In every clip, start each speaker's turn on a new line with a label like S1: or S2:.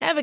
S1: Ever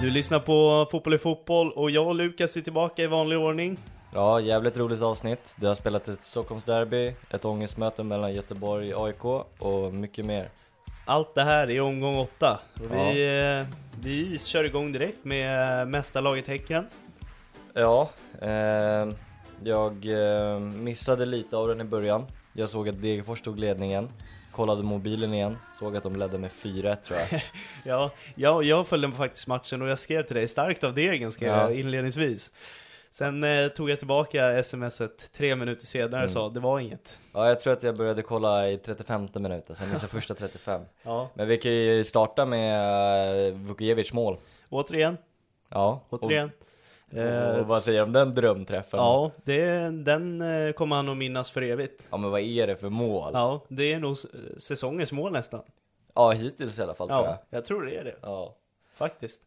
S2: Du lyssnar på Fotboll i fotboll och jag och Lukas är tillbaka i vanlig ordning.
S3: Ja, jävligt roligt avsnitt. Du har spelat ett Stockholmsderby, ett ångestmöte mellan Göteborg och AIK och mycket mer.
S2: Allt det här är omgång åtta. Och vi, eh, vi kör igång direkt med eh, mästarlaget Häcken.
S3: Ja, eh, jag eh, missade lite av den i början. Jag såg att Degerfors tog ledningen, kollade mobilen igen, såg att de ledde med 4-1 tror jag.
S2: Ja, jag, jag följde faktiskt matchen och jag skrev till dig starkt av degen skrev
S3: Ja.
S2: jag inledningsvis. Sen eh, tog jag tillbaka smset tre minuter senare och
S3: Mm.
S2: sa det var inget.
S3: Ja, jag tror att jag började kolla i 35 minuten, sen missade första 35.
S2: Ja,
S3: Men vi kan ju starta med eh, Vukovic mål.
S2: återigen,
S3: Ja, och,
S2: återigen.
S3: och,
S2: Eh,
S3: vad säger du om den drömträffen?
S2: ja, det, den eh, kommer han att minnas för evigt.
S3: ja, men vad är det för mål? Ja,
S2: Ja, det är nog s- säsongens mål nästan.
S3: hittills i alla fall tror jag.
S2: Ja, jag tror det är det,
S3: Ja.
S2: faktiskt.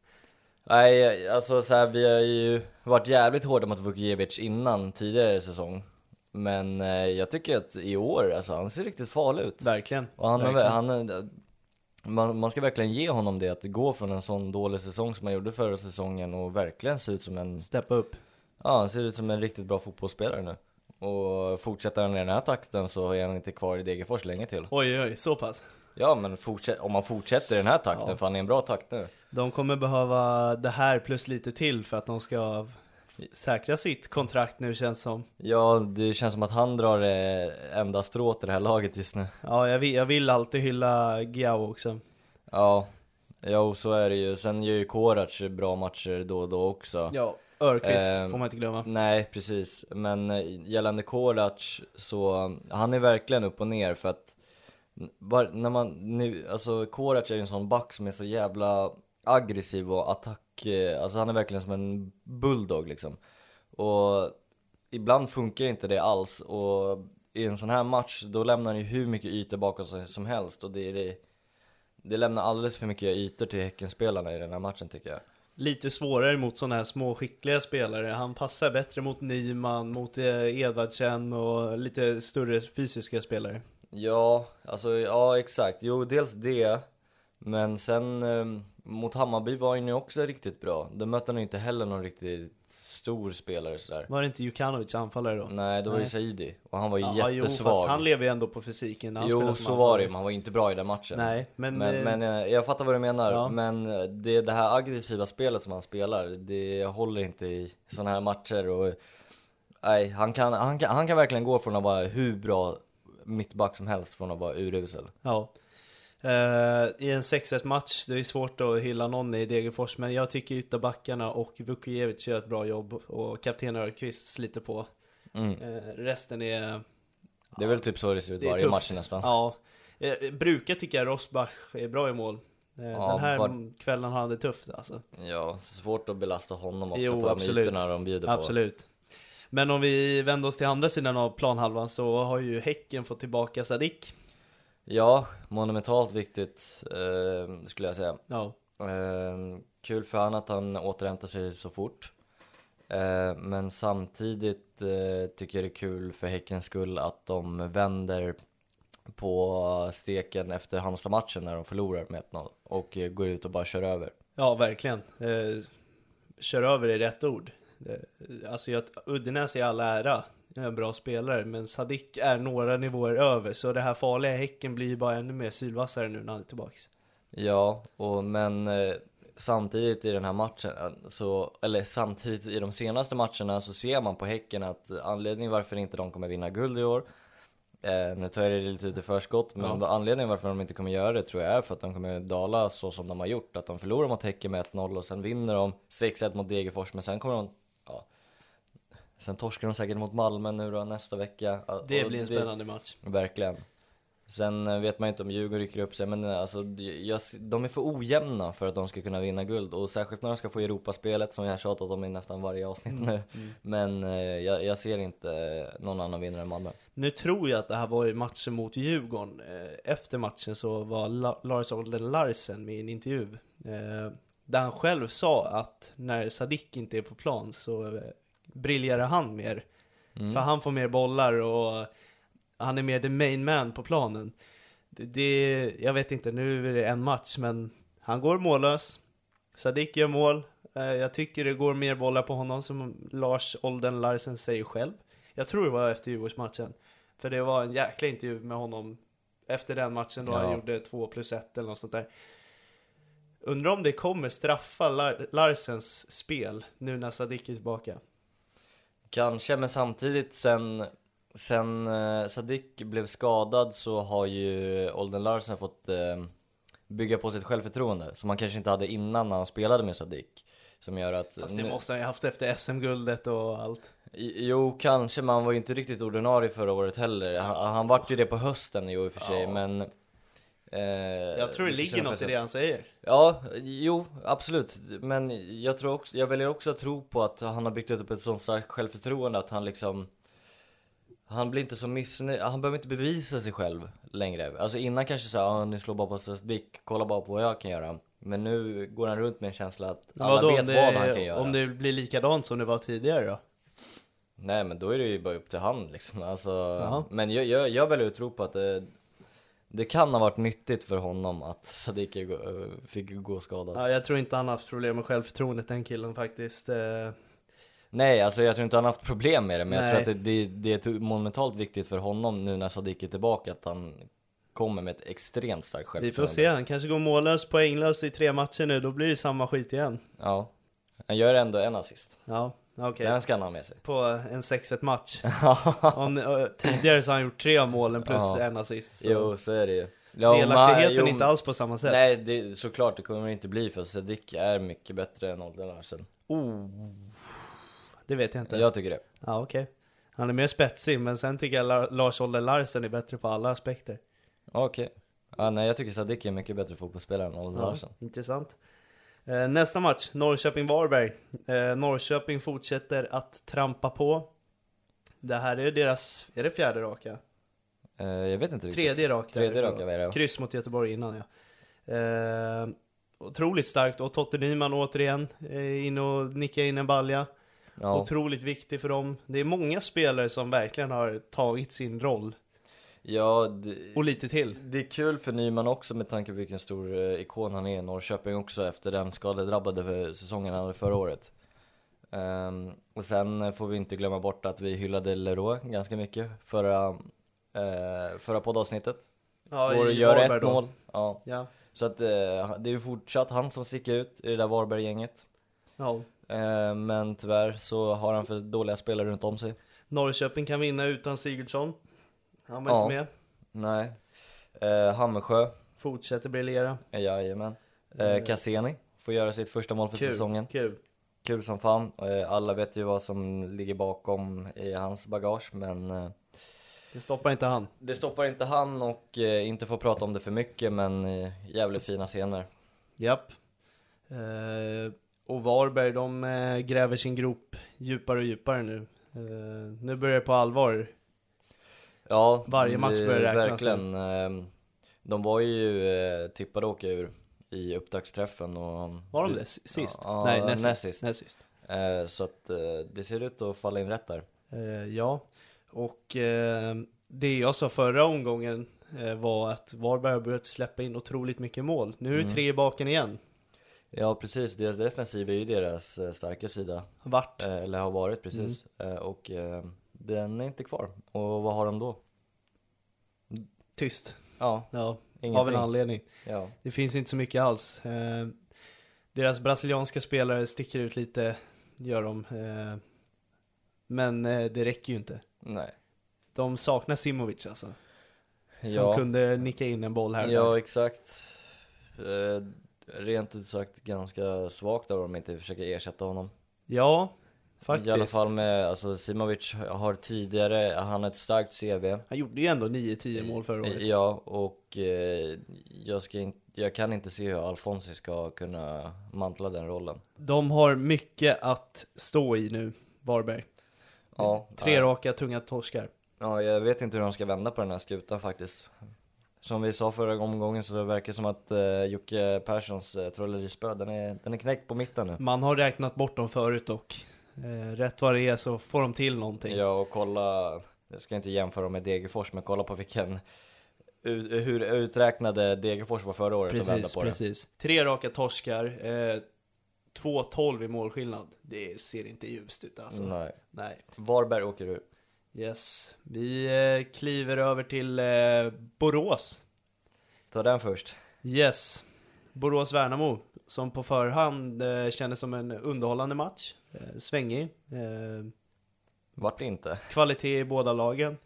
S3: Nej, alltså så här, vi har ju varit jävligt hårda mot Vukovic innan tidigare säsong. Men eh, jag tycker att i år, alltså han ser riktigt farlig ut.
S2: Verkligen.
S3: Och han, har,
S2: verkligen.
S3: han är- man, man ska verkligen ge honom det, att gå från en sån dålig säsong som han gjorde förra säsongen och verkligen se ut som en,
S2: Steppa upp.
S3: ja han ser ut som en riktigt bra fotbollsspelare nu. Och fortsätter han i den här takten så är han inte kvar i Degerfors länge till.
S2: Oj, oj, så pass.
S3: Ja men fortsätt, om han fortsätter i den här takten, för han är en bra takt nu.
S2: De kommer behöva det här plus lite till för att de ska säkra sitt kontrakt nu känns som.
S3: Ja, det känns som att han drar eh, enda strået i det här laget just nu.
S2: Ja, jag vill, jag vill alltid hylla Giao också.
S3: Ja, jo så är det ju. Sen gör ju Korac bra matcher då och då också.
S2: Ja, Örqvist
S3: Ehm,
S2: får man inte glömma.
S3: Nej, precis. Men eh, gällande Korac så, eh, han är verkligen upp och ner för att n- var, när man nu, alltså Korac är ju en sån back som är så jävla aggressiv och attack, eh, alltså han är verkligen som en bulldog liksom. Och ibland funkar inte det alls och i en sån här match då lämnar han ju hur mycket ytor bakom sig som helst och det är det, det lämnar alldeles för mycket ytor till Häckenspelarna i den här matchen tycker jag.
S2: Lite svårare mot sådana här små skickliga spelare. Han passar bättre mot Nyman, mot eh, Edvardsen och lite större fysiska spelare.
S3: Ja, alltså ja exakt. Jo, dels det. Men sen eh, mot Hammarby var han ju också riktigt bra. Då mötte han ju inte heller någon riktigt stor spelare sådär.
S2: Var det inte Djukanovic anfallare då?
S3: Nej, det var ju
S2: Nej.
S3: Saidi. Och han var ju
S2: Ja, jo,
S3: jättesvag.
S2: fast han lever ju ändå på fysiken. när Han spelar
S3: jo,
S2: som
S3: så
S2: anfallare.
S3: var det ju, men han var ju inte bra i den matchen.
S2: Nej, men,
S3: Men,
S2: eh,
S3: men eh, jag fattar vad du menar.
S2: Ja.
S3: Men eh, det, det här aggressiva spelet som han spelar, det håller inte i sådana här matcher. Och, nej, han kan, han, kan, han kan verkligen gå från att vara hur bra mittback som helst från att vara urusel.
S2: Ja. Eh, I en 6-1 match, det är svårt att hylla någon i Degerfors, men jag tycker ytterbackarna och Vukovic gör ett bra jobb och kapten Örqvist sliter på.
S3: Mm.
S2: Eh, resten är,
S3: Det är väl typ så det ser ut
S2: det är
S3: varje
S2: tufft.
S3: match nästan.
S2: Ja. Eh, Jag brukar tycka Rosbach är bra i mål. Eh,
S3: Ja,
S2: Den här
S3: var-
S2: kvällen har han det tufft alltså.
S3: Ja, svårt att belasta honom också
S2: Jo,
S3: på de
S2: absolut.
S3: ytorna de bjuder på.
S2: Absolut. Men om vi vänder oss till andra sidan av planhalvan så har ju Häcken fått tillbaka Sadik.
S3: Ja, monumentalt viktigt eh, skulle jag säga.
S2: Ja,
S3: Eh, kul för han att han återhämtar sig så fort. Eh, men samtidigt eh, tycker jag det är kul för Häckens skull att de vänder på steken efter Halmstad-matchen när de förlorar med 1-0 och eh, går ut och bara kör över.
S2: ja verkligen. Eh, kör över är rätt ord. Eh, alltså jag, Udinäs är all ära, är en bra spelare, men Sadik är några nivåer över. Så det här farliga Häcken blir ju bara ännu mer sylvassare nu när han är tillbaks.
S3: Ja, och, men eh, samtidigt i den här matchen, eh, så, eller samtidigt i de senaste matcherna så ser man på Häcken att eh, anledningen varför inte de kommer vinna guld i år, eh, nu tar jag det lite i förskott, men anledningen varför de inte kommer göra det tror jag är för att de kommer dala så som de har gjort, att de förlorar mot Häcken med 1-0 och sen vinner de 6-1 mot Degerfors, men sen kommer de, ja, sen torskar de säkert mot Malmö nu då nästa vecka. Eh,
S2: Det
S3: och
S2: blir en spännande match.
S3: Verkligen. Sen eh, vet man ju inte om Djurgården rycker upp sig, men eh, alltså, jag, de är för ojämna för att de ska kunna vinna guld. Och särskilt när de ska få Europaspelet, som jag har tjatat om i nästan varje avsnitt
S2: Mm.
S3: nu. Men eh, jag, jag ser inte eh, någon annan vinnare än Malmö.
S2: Nu tror jag att det här var ju matchen mot Djurgården. Eh, Efter matchen så var La- Lars Olden Larsen med i en intervju. eh, Där han själv sa att när Sadik inte är på plan så eh, briljerar han mer. För han får mer bollar och han är mer the main man på planen. Det, det, jag vet inte, nu är det en match men han går mållös. Sadik gör mål. Eh, Jag tycker det går mer bollar på honom som Lars Olden Larsen säger själv. Jag tror det var efter Djurgårdsmatchen. För det var en jäkla intervju med honom efter den matchen då han
S3: Ja.
S2: gjorde 2 plus 1 eller något sånt där. Undrar om det kommer straffa Lar- Larsens spel nu när Sadik är tillbaka.
S3: Kanske, men samtidigt sen, sen eh, Sadik blev skadad så har ju Olden Larsen fått eh, bygga på sitt självförtroende. Som han kanske inte hade innan när han spelade med Sadik. Som gör att...
S2: Fast det
S3: nu-
S2: måste han ju haft efter SM-guldet och allt.
S3: I- Jo, kanske, men han var ju inte riktigt ordinarie förra året heller. Han, han vart ju det på hösten i år i och för sig, men... eh,
S2: Jag tror det ligger
S3: lite senare
S2: något i
S3: på
S2: det han säger.
S3: Ja, jo, absolut. Men jag, tror också, jag väljer också att tro på att han har byggt upp ett sånt starkt självförtroende att han liksom... Han blir inte så missnöjd, han behöver inte bevisa sig själv längre. Alltså innan kanske såhär, ah, ni slår bara på statistik, kolla bara på vad jag kan göra. Men nu går han runt med en känsla att alla
S2: Vadå,
S3: vet
S2: om det,
S3: vad han kan göra.
S2: Om det blir likadant som det var tidigare då?
S3: Nej men då är det ju bara upp till han liksom. Alltså, Men jag, jag, jag väljer att tro på att det, det kan ha varit nyttigt för honom att Sadiki gå- fick gå skadad.
S2: Ja, jag tror inte han har haft problem med självförtroendet den killen faktiskt. Eh,
S3: Nej alltså jag tror inte han har haft problem med det men jag tror
S2: Nej.
S3: att det, det, det är to- monumentalt viktigt för honom nu när Sadiki är tillbaka att han kommer med ett extremt starkt
S2: Vi får
S3: självförtroende.
S2: se, han kanske går mållös, poänglös i tre matcher nu, då blir det samma skit igen.
S3: Ja. Han gör ändå en assist.
S2: Ja, okej.
S3: Den ska han ha med sig.
S2: På en 6-1 match. Om, eh, tidigare så har han gjort tre av målen plus
S3: Ja.
S2: en assist. Så.
S3: Jo så är det ju. Ja, om han-
S2: Delaktigheten
S3: jo,
S2: är inte alls på samma sätt.
S3: Nej det, såklart det kommer det inte bli för Sadiki är mycket bättre än Olden Larsen.
S2: Det vet jag inte.
S3: Jag tycker det.
S2: Ja, okej. Han är mer spetsig, men sen tycker jag La- Lars Olle Larsen är bättre på alla aspekter.
S3: Okej. Ja, nej, jag tycker Sadik är mycket bättre fotbollsspelare än Oliver
S2: Ja,
S3: Larsson.
S2: intressant. Eh, Nästa match, Norrköping-Varberg. Eh, Norrköping fortsätter att trampa på. Det här är deras, är det fjärde raka?
S3: Eh, jag vet inte riktigt.
S2: Tredje raka.
S3: Tredje
S2: förlåt.
S3: raka var det, ja.
S2: Kryss mot Göteborg innan ja. Eh, otroligt starkt och Totte Nyman återigen eh, in och nickar in en balja.
S3: Ja.
S2: Otroligt viktig för dem. Det är många spelare som verkligen har tagit sin roll.
S3: ja, det,
S2: Och lite till.
S3: det är kul för Nyman också med tanke på vilken stor eh, ikon han är i Norrköping också efter den skadedrabbade för säsongen han hade förra året. Ehm, och sen eh, får vi inte glömma bort att vi hyllade Leroy ganska mycket förra, eh, förra poddavsnittet.
S2: Ja,
S3: och
S2: i
S3: gör
S2: Varberg
S3: ett
S2: då.
S3: mål. Ja.
S2: Ja,
S3: Så att, eh, det är ju fortsatt han som sticker ut i det där Varberg-gänget.
S2: ja.
S3: Eh, men tyvärr så har han för dåliga spelare runt om sig.
S2: Norrköping kan vinna utan Sigurdsson. Han var
S3: Ja.
S2: inte med.
S3: Nej. Eh, Hammersjö,
S2: Fortsätter briljera.
S3: eh, jajamän. Eh, Cassini får göra sitt första mål för
S2: Kul.
S3: säsongen.
S2: Kul.
S3: Kul som fan. Eh, alla vet ju vad som ligger bakom i hans bagage, men eh,
S2: Det Det stoppar inte han.
S3: Det stoppar inte han och eh, inte får prata om det för mycket men eh, jävligt fina scener.
S2: Japp. Eh, och Varberg, de eh, gräver sin grop djupare och djupare nu. Eh, nu börjar det på allvar.
S3: Ja,
S2: Varje match
S3: det-
S2: börjar räknas
S3: Verkligen. Eh, De var ju eh, tippade att åka ur i upptaktsträffen och...
S2: Var de det? S- Sist?
S3: Ja,
S2: Nej,
S3: ja,
S2: näst
S3: näst
S2: sist.
S3: sist.
S2: Näst sist.
S3: Eh, Så att eh, det ser ut att falla in rätt där.
S2: Eh, ja, och eh, det jag sa förra omgången eh, var att Varberg har börjat släppa in otroligt mycket mål. Nu
S3: Mm.
S2: är det tre i baken igen.
S3: Ja precis, deras defensiv är ju deras eh, starka sida.
S2: Vart?
S3: Eh, Eller har varit precis.
S2: Mm.
S3: Eh, Och eh, den är inte kvar. Och vad har de då?
S2: Tyst.
S3: Ja,
S2: Ja, av en
S3: ingenting.
S2: anledning.
S3: Ja.
S2: Det finns inte så mycket alls. Eh, deras brasilianska spelare sticker ut lite, gör de. Eh, men eh, det räcker ju inte.
S3: Nej.
S2: De saknar Simovic alltså. Som
S3: Ja.
S2: kunde nicka in en boll här. och
S3: Ja,
S2: där.
S3: exakt. Eh, rent ut sagt ganska svagt av dem att inte försöka ersätta honom.
S2: ja, faktiskt.
S3: I alla fall med, alltså Simovic har tidigare, han har ett starkt CV.
S2: Han gjorde ju ändå 9-10 mål förra året.
S3: Ja, och eh, jag, ska in, jag kan inte se hur Alfonsi ska kunna mantla den rollen.
S2: De har mycket att stå i nu, Varberg.
S3: Ja,
S2: Tre
S3: ja.
S2: raka tunga torskar.
S3: Ja, jag vet inte hur de ska vända på den här skutan faktiskt. Som vi sa förra omgången så verkar det som att eh, Jocke Perssons eh, trollerispö, den är, den är knäckt på mitten nu.
S2: Man har räknat bort dem förut och eh, rätt vad det är så får de till någonting.
S3: Ja, och kolla, jag ska inte jämföra dem med Degerfors, men kolla på vilken, u- hur uträknade Degerfors var förra året och vända
S2: precis,
S3: på det.
S2: precis. Tre raka torskar, eh, 2-12 i målskillnad. Det ser inte ljust ut alltså.
S3: Mm, Nej.
S2: Nej.
S3: Varberg åker ur.
S2: Yes. Vi eh, kliver över till eh, Borås.
S3: Ta den först.
S2: Yes. Borås-Värnamo, som på förhand eh, kändes som en underhållande match. Eh, svängig. Eh,
S3: Vart det inte?
S2: kvalitet i båda lagen.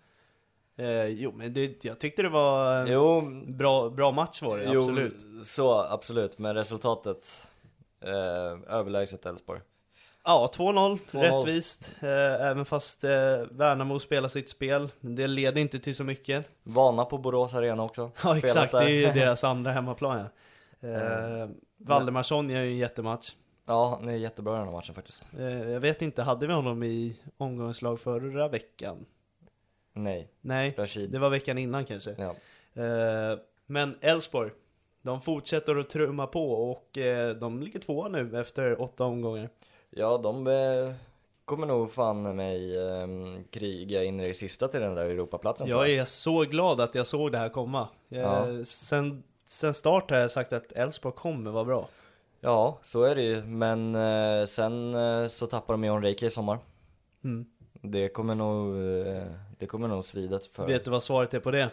S2: Eh, jo, men det, jag tyckte det var en
S3: Jo,
S2: bra, bra match var det,
S3: jo,
S2: Mm. absolut.
S3: så absolut, men resultatet eh, överlägset Elfsborg.
S2: Ja, 2-0,
S3: 2-0.
S2: rättvist. Eh, även fast eh, Värnamo spelar sitt spel. Det leder inte till så mycket.
S3: Vana på Borås Arena också.
S2: Ja,
S3: Spelat
S2: exakt. Det
S3: där.
S2: är ju deras andra hemmaplan, ja. Eh, Valdemarsson gör ju en jättematch.
S3: Ja, han är jättebra i den här matchen faktiskt.
S2: Eh, jag vet inte, hade vi honom i omgångslag förra veckan?
S3: Nej,
S2: Nej,
S3: Rashid.
S2: det var veckan innan kanske.
S3: Ja.
S2: Eh, Men Elfsborg, de fortsätter att trumma på och eh, de ligger tvåa nu efter åtta omgångar.
S3: ja, de eh, kommer nog fan mig eh, kriga in i det sista till den där Europaplatsen tror
S2: Jag är så glad att jag såg det här komma. Eh,
S3: Ja.
S2: Sen, sen start har jag sagt att Elfsborg kommer vara bra.
S3: Ja, så är det ju. Men eh, sen eh, så tappar de ju Onrike i sommar.
S2: Mm.
S3: Det kommer nog, eh, det kommer nog svida för
S2: Vet du vad svaret är på det?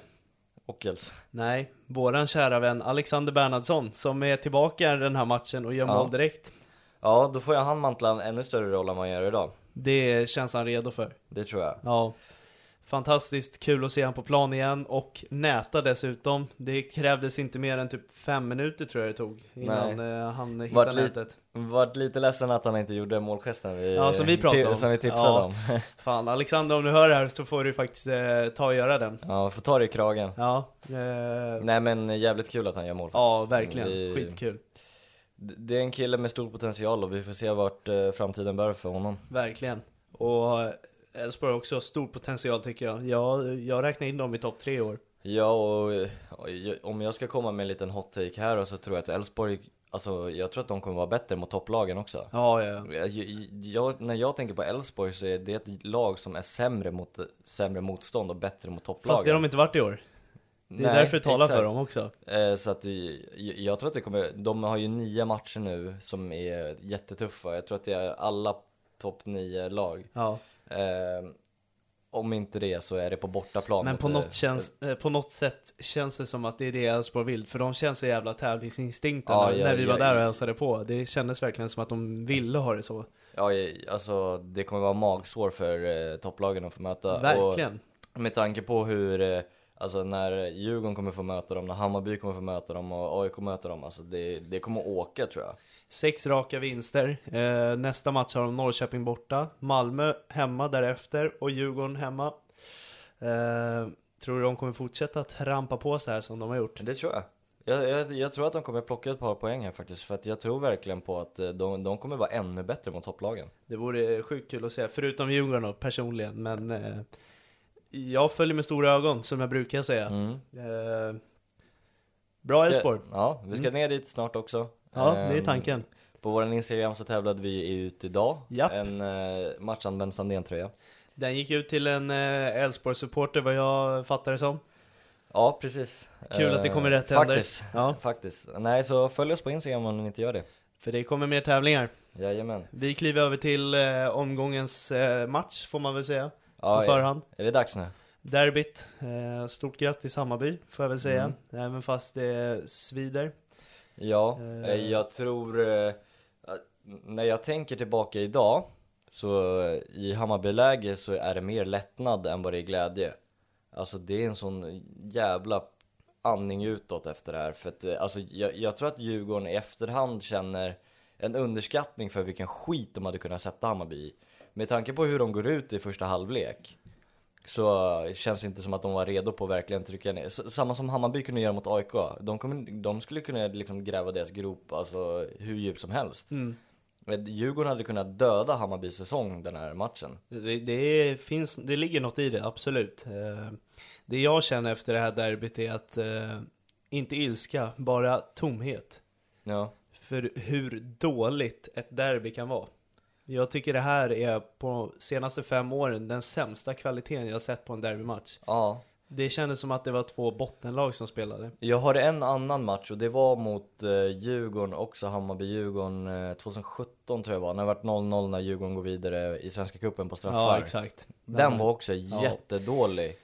S3: Ockels.
S2: Nej, våran kära vän Alexander Bernhardsson som är tillbaka i den här matchen och gör
S3: Ja.
S2: mål direkt.
S3: Ja, då får jag han mantla en ännu större roll än vad han gör idag.
S2: Det känns han redo för.
S3: Det tror jag.
S2: Ja. Fantastiskt kul att se han på plan igen och näta dessutom. Det krävdes inte mer än typ fem minuter tror jag det tog innan eh, han hittade
S3: Vart lite-
S2: nätet.
S3: Vart lite ledsen att han inte gjorde målgesten vi,
S2: Ja, som vi pratade
S3: ti-
S2: om.
S3: Som vi tipsade
S2: Ja.
S3: om.
S2: Fan Alexander om du hör det här så får du faktiskt eh, ta och göra den.
S3: Ja, får ta det i kragen.
S2: Ja, eh,
S3: Nej men jävligt kul att han gör mål
S2: ja
S3: faktiskt.
S2: verkligen.
S3: Det-
S2: Skitkul.
S3: Det är en kille med stor potential och vi får se vart eh, framtiden bär för honom.
S2: Verkligen. Och eh, Elfsborg har också stor potential tycker jag. Jag, jag räknar in dem i topp tre i år.
S3: Ja, och, eh, om jag ska komma med en liten hot take här och så tror jag att Elfsborg, alltså jag tror att de kommer vara bättre mot topplagen också.
S2: Ja, ja. ja.
S3: Jag, jag, när jag tänker på Elfsborg så är det ett lag som är sämre mot sämre motstånd och bättre mot topplagen.
S2: Fast det har de inte varit i år. Det är därför det talar för dem också.
S3: Eh, Så att vi- jag- jag tror att det kommer, de har ju nio matcher nu som är jättetuffa. Jag tror att det är alla topp nio lag.
S2: Ja.
S3: Eh, om inte det så är det på bortaplan.
S2: Men
S3: mot,
S2: på
S3: eh,
S2: något, känns, eh, på något sätt känns det som att det är det Elfsborg vill, för de känns så jävla tävlingsinstinkta
S3: Ja,
S2: när-
S3: ja,
S2: när vi
S3: ja,
S2: var där och
S3: ja.
S2: hälsade på. Det kändes verkligen som att de ville ha det så.
S3: Ja, eh, alltså det kommer vara magsår för eh, topplagen att få möta.
S2: Verkligen.
S3: Och med tanke på hur, eh, alltså när Djurgården kommer få möta dem, när Hammarby kommer få möta dem och AIK möter dem. Alltså det, det kommer åka tror jag.
S2: Sex raka vinster. Eh, nästa match har de Norrköping borta, Malmö hemma därefter och Djurgården hemma. Eh, tror du de kommer fortsätta trampa på så här som de har gjort?
S3: Det tror jag. Jag, jag, jag tror att de kommer plocka ett par poäng här faktiskt, för att jag tror verkligen på att eh, de, de kommer vara ännu bättre mot topplagen.
S2: Det vore sjukt kul att se, förutom Djurgården då, personligen. Men eh, jag följer med stora ögon, som jag brukar säga.
S3: Mm.
S2: Eh, bra
S3: Ska-
S2: Elfsborg!
S3: Ja, vi ska
S2: Mm.
S3: ner dit snart också.
S2: Ja,
S3: Ehm,
S2: det är tanken.
S3: På vår Instagram så tävlade vi ut idag,
S2: Japp.
S3: en eh, matchanvänd Sandén-tröja.
S2: Den gick ut till en eh, Elfsborg-supporter, vad jag fattar det som.
S3: Ja, precis. Eh,
S2: Kul att det kommer i rätt händer.
S3: Faktiskt.
S2: Ja.
S3: Faktiskt. Nej, så följ oss på Instagram om ni inte gör det.
S2: För det kommer mer tävlingar.
S3: Jajamän.
S2: Vi kliver över till eh, omgångens eh, match, får man väl säga,
S3: Ja,
S2: på förhand.
S3: Är, är det dags nu?
S2: Derbyt, eh, stort grattis Hammarby, får jag väl säga.
S3: Mm.
S2: Även fast det svider.
S3: Ja,
S2: Eh.
S3: eh, jag tror... eh, att När jag tänker tillbaka idag, så eh, i Hammarbyläge så är det mer lättnad än vad det är glädje. Alltså det är en sån jävla andning utåt efter det här. För att, eh, alltså, jag, jag tror att Djurgården i efterhand känner en underskattning för vilken skit de hade kunnat sätta Hammarby i. Med tanke på hur de går ut i första halvlek så eh, känns det inte som att de var redo på att verkligen trycka ner. S- Samma som Hammarby kunde göra mot AIK. De, kommer, de skulle kunna liksom gräva deras grop alltså, hur djupt som helst. Men Djurgården hade kunnat döda Hammarbys säsong den här matchen.
S2: Det, det, finns, det ligger något i det, absolut. Eh, Det jag känner efter det här derbyt är att, eh, inte ilska, bara tomhet.
S3: Ja.
S2: För hur dåligt ett derby kan vara. Jag tycker det här är på de senaste fem åren den sämsta kvaliteten jag sett på en derbymatch.
S3: ja.
S2: Det kändes som att det var två bottenlag som spelade.
S3: Jag har en annan match och det var mot eh, Djurgården också, Hammarby-Djurgården eh, 2017 tror jag var. När det vart 0-0 när Djurgården går vidare i Svenska Cupen på straffar.
S2: Ja, exakt.
S3: Den var också jättedålig.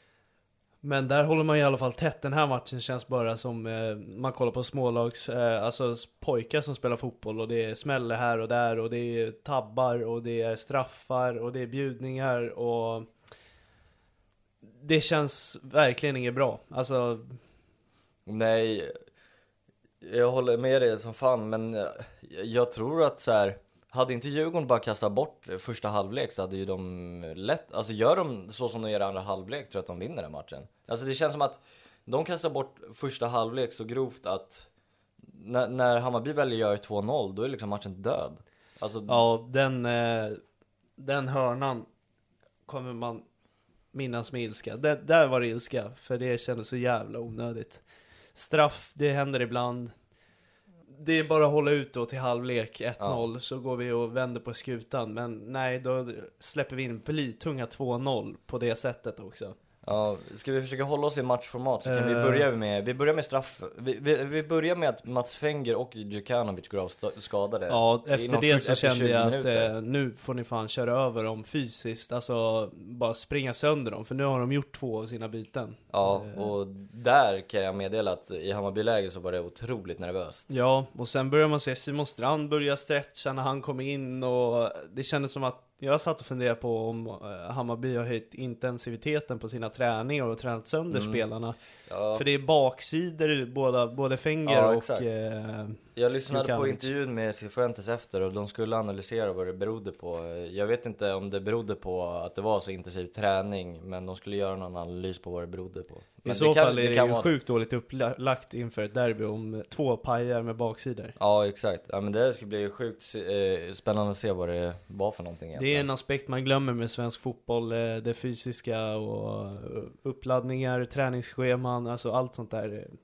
S2: Men där håller man i alla fall tätt. Den här matchen känns bara som eh, man kollar på smålags, eh, alltså s- pojkar som spelar fotboll och det är smäller här och där och det är tabbar och det är straffar och det är bjudningar och det känns verkligen inget bra. Alltså,
S3: Nej, jag håller med dig som fan, men eh, jag tror att så här, hade inte Djurgården bara kastat bort första halvlek så hade ju de lätt, alltså gör de så som de gör i andra halvlek tror jag att de vinner den matchen. Alltså det känns som att de kastar bort första halvlek så grovt att när, när Hammarby väl gör 2-0 då är liksom matchen död. Alltså,
S2: ja, den, eh, den hörnan kommer man minnas med ilska. Där- där var det ilska, för det kändes så jävla onödigt. Straff, det händer ibland. Det är bara att hålla ut då till halvlek 1-0 så går vi och vänder på skutan. Men nej, då släpper vi in blytunga 2-0 på det sättet också.
S3: Ja, ska vi försöka hålla oss i matchformat så kan vi
S2: Eh.
S3: börja med, vi börjar med straff, vi, vi, vi börjar med att Mats Fenger och Djukanovic går av sta- skadade
S2: Ja, efter
S3: Inom
S2: det
S3: fyr-
S2: så
S3: efter
S2: kände
S3: 20
S2: jag att
S3: minuter.
S2: eh, nu får ni fan köra över dem fysiskt. Alltså bara springa sönder dem, för nu har de gjort två av sina byten.
S3: Ja,
S2: eh.
S3: och där kan jag meddela att i Hammarbyläger så var det otroligt nervöst
S2: Ja, och sen börjar man se Simon Strand börja stretcha när han kom in och det kändes som att jag satt och funderade på om eh, Hammarby har höjt intensiteten på sina träningar och tränat sönder spelarna.
S3: Mm. Ja.
S2: För det är baksidor i båda, både Fenger
S3: Ja,
S2: och...
S3: exakt.
S2: Eh,
S3: Jag lyssnade på
S2: Djukanovic.
S3: intervjun med Cifuentes efter och de skulle analysera vad det berodde på Jag vet inte om det berodde på att det var så intensiv träning men de skulle göra någon analys på vad det berodde på
S2: I
S3: Men
S2: så
S3: kan-
S2: fall är det,
S3: kan
S2: ju
S3: vara-
S2: sjukt dåligt upplagt inför ett derby om två pajar med baksidor.
S3: Ja exakt, ja, men det ska bli sjukt se- eh, spännande att se vad det var för någonting
S2: Det är
S3: egentligen.
S2: en aspekt man glömmer med svensk fotboll, eh, det fysiska och eh, uppladdningar, träningsscheman, alltså allt sånt där. eh,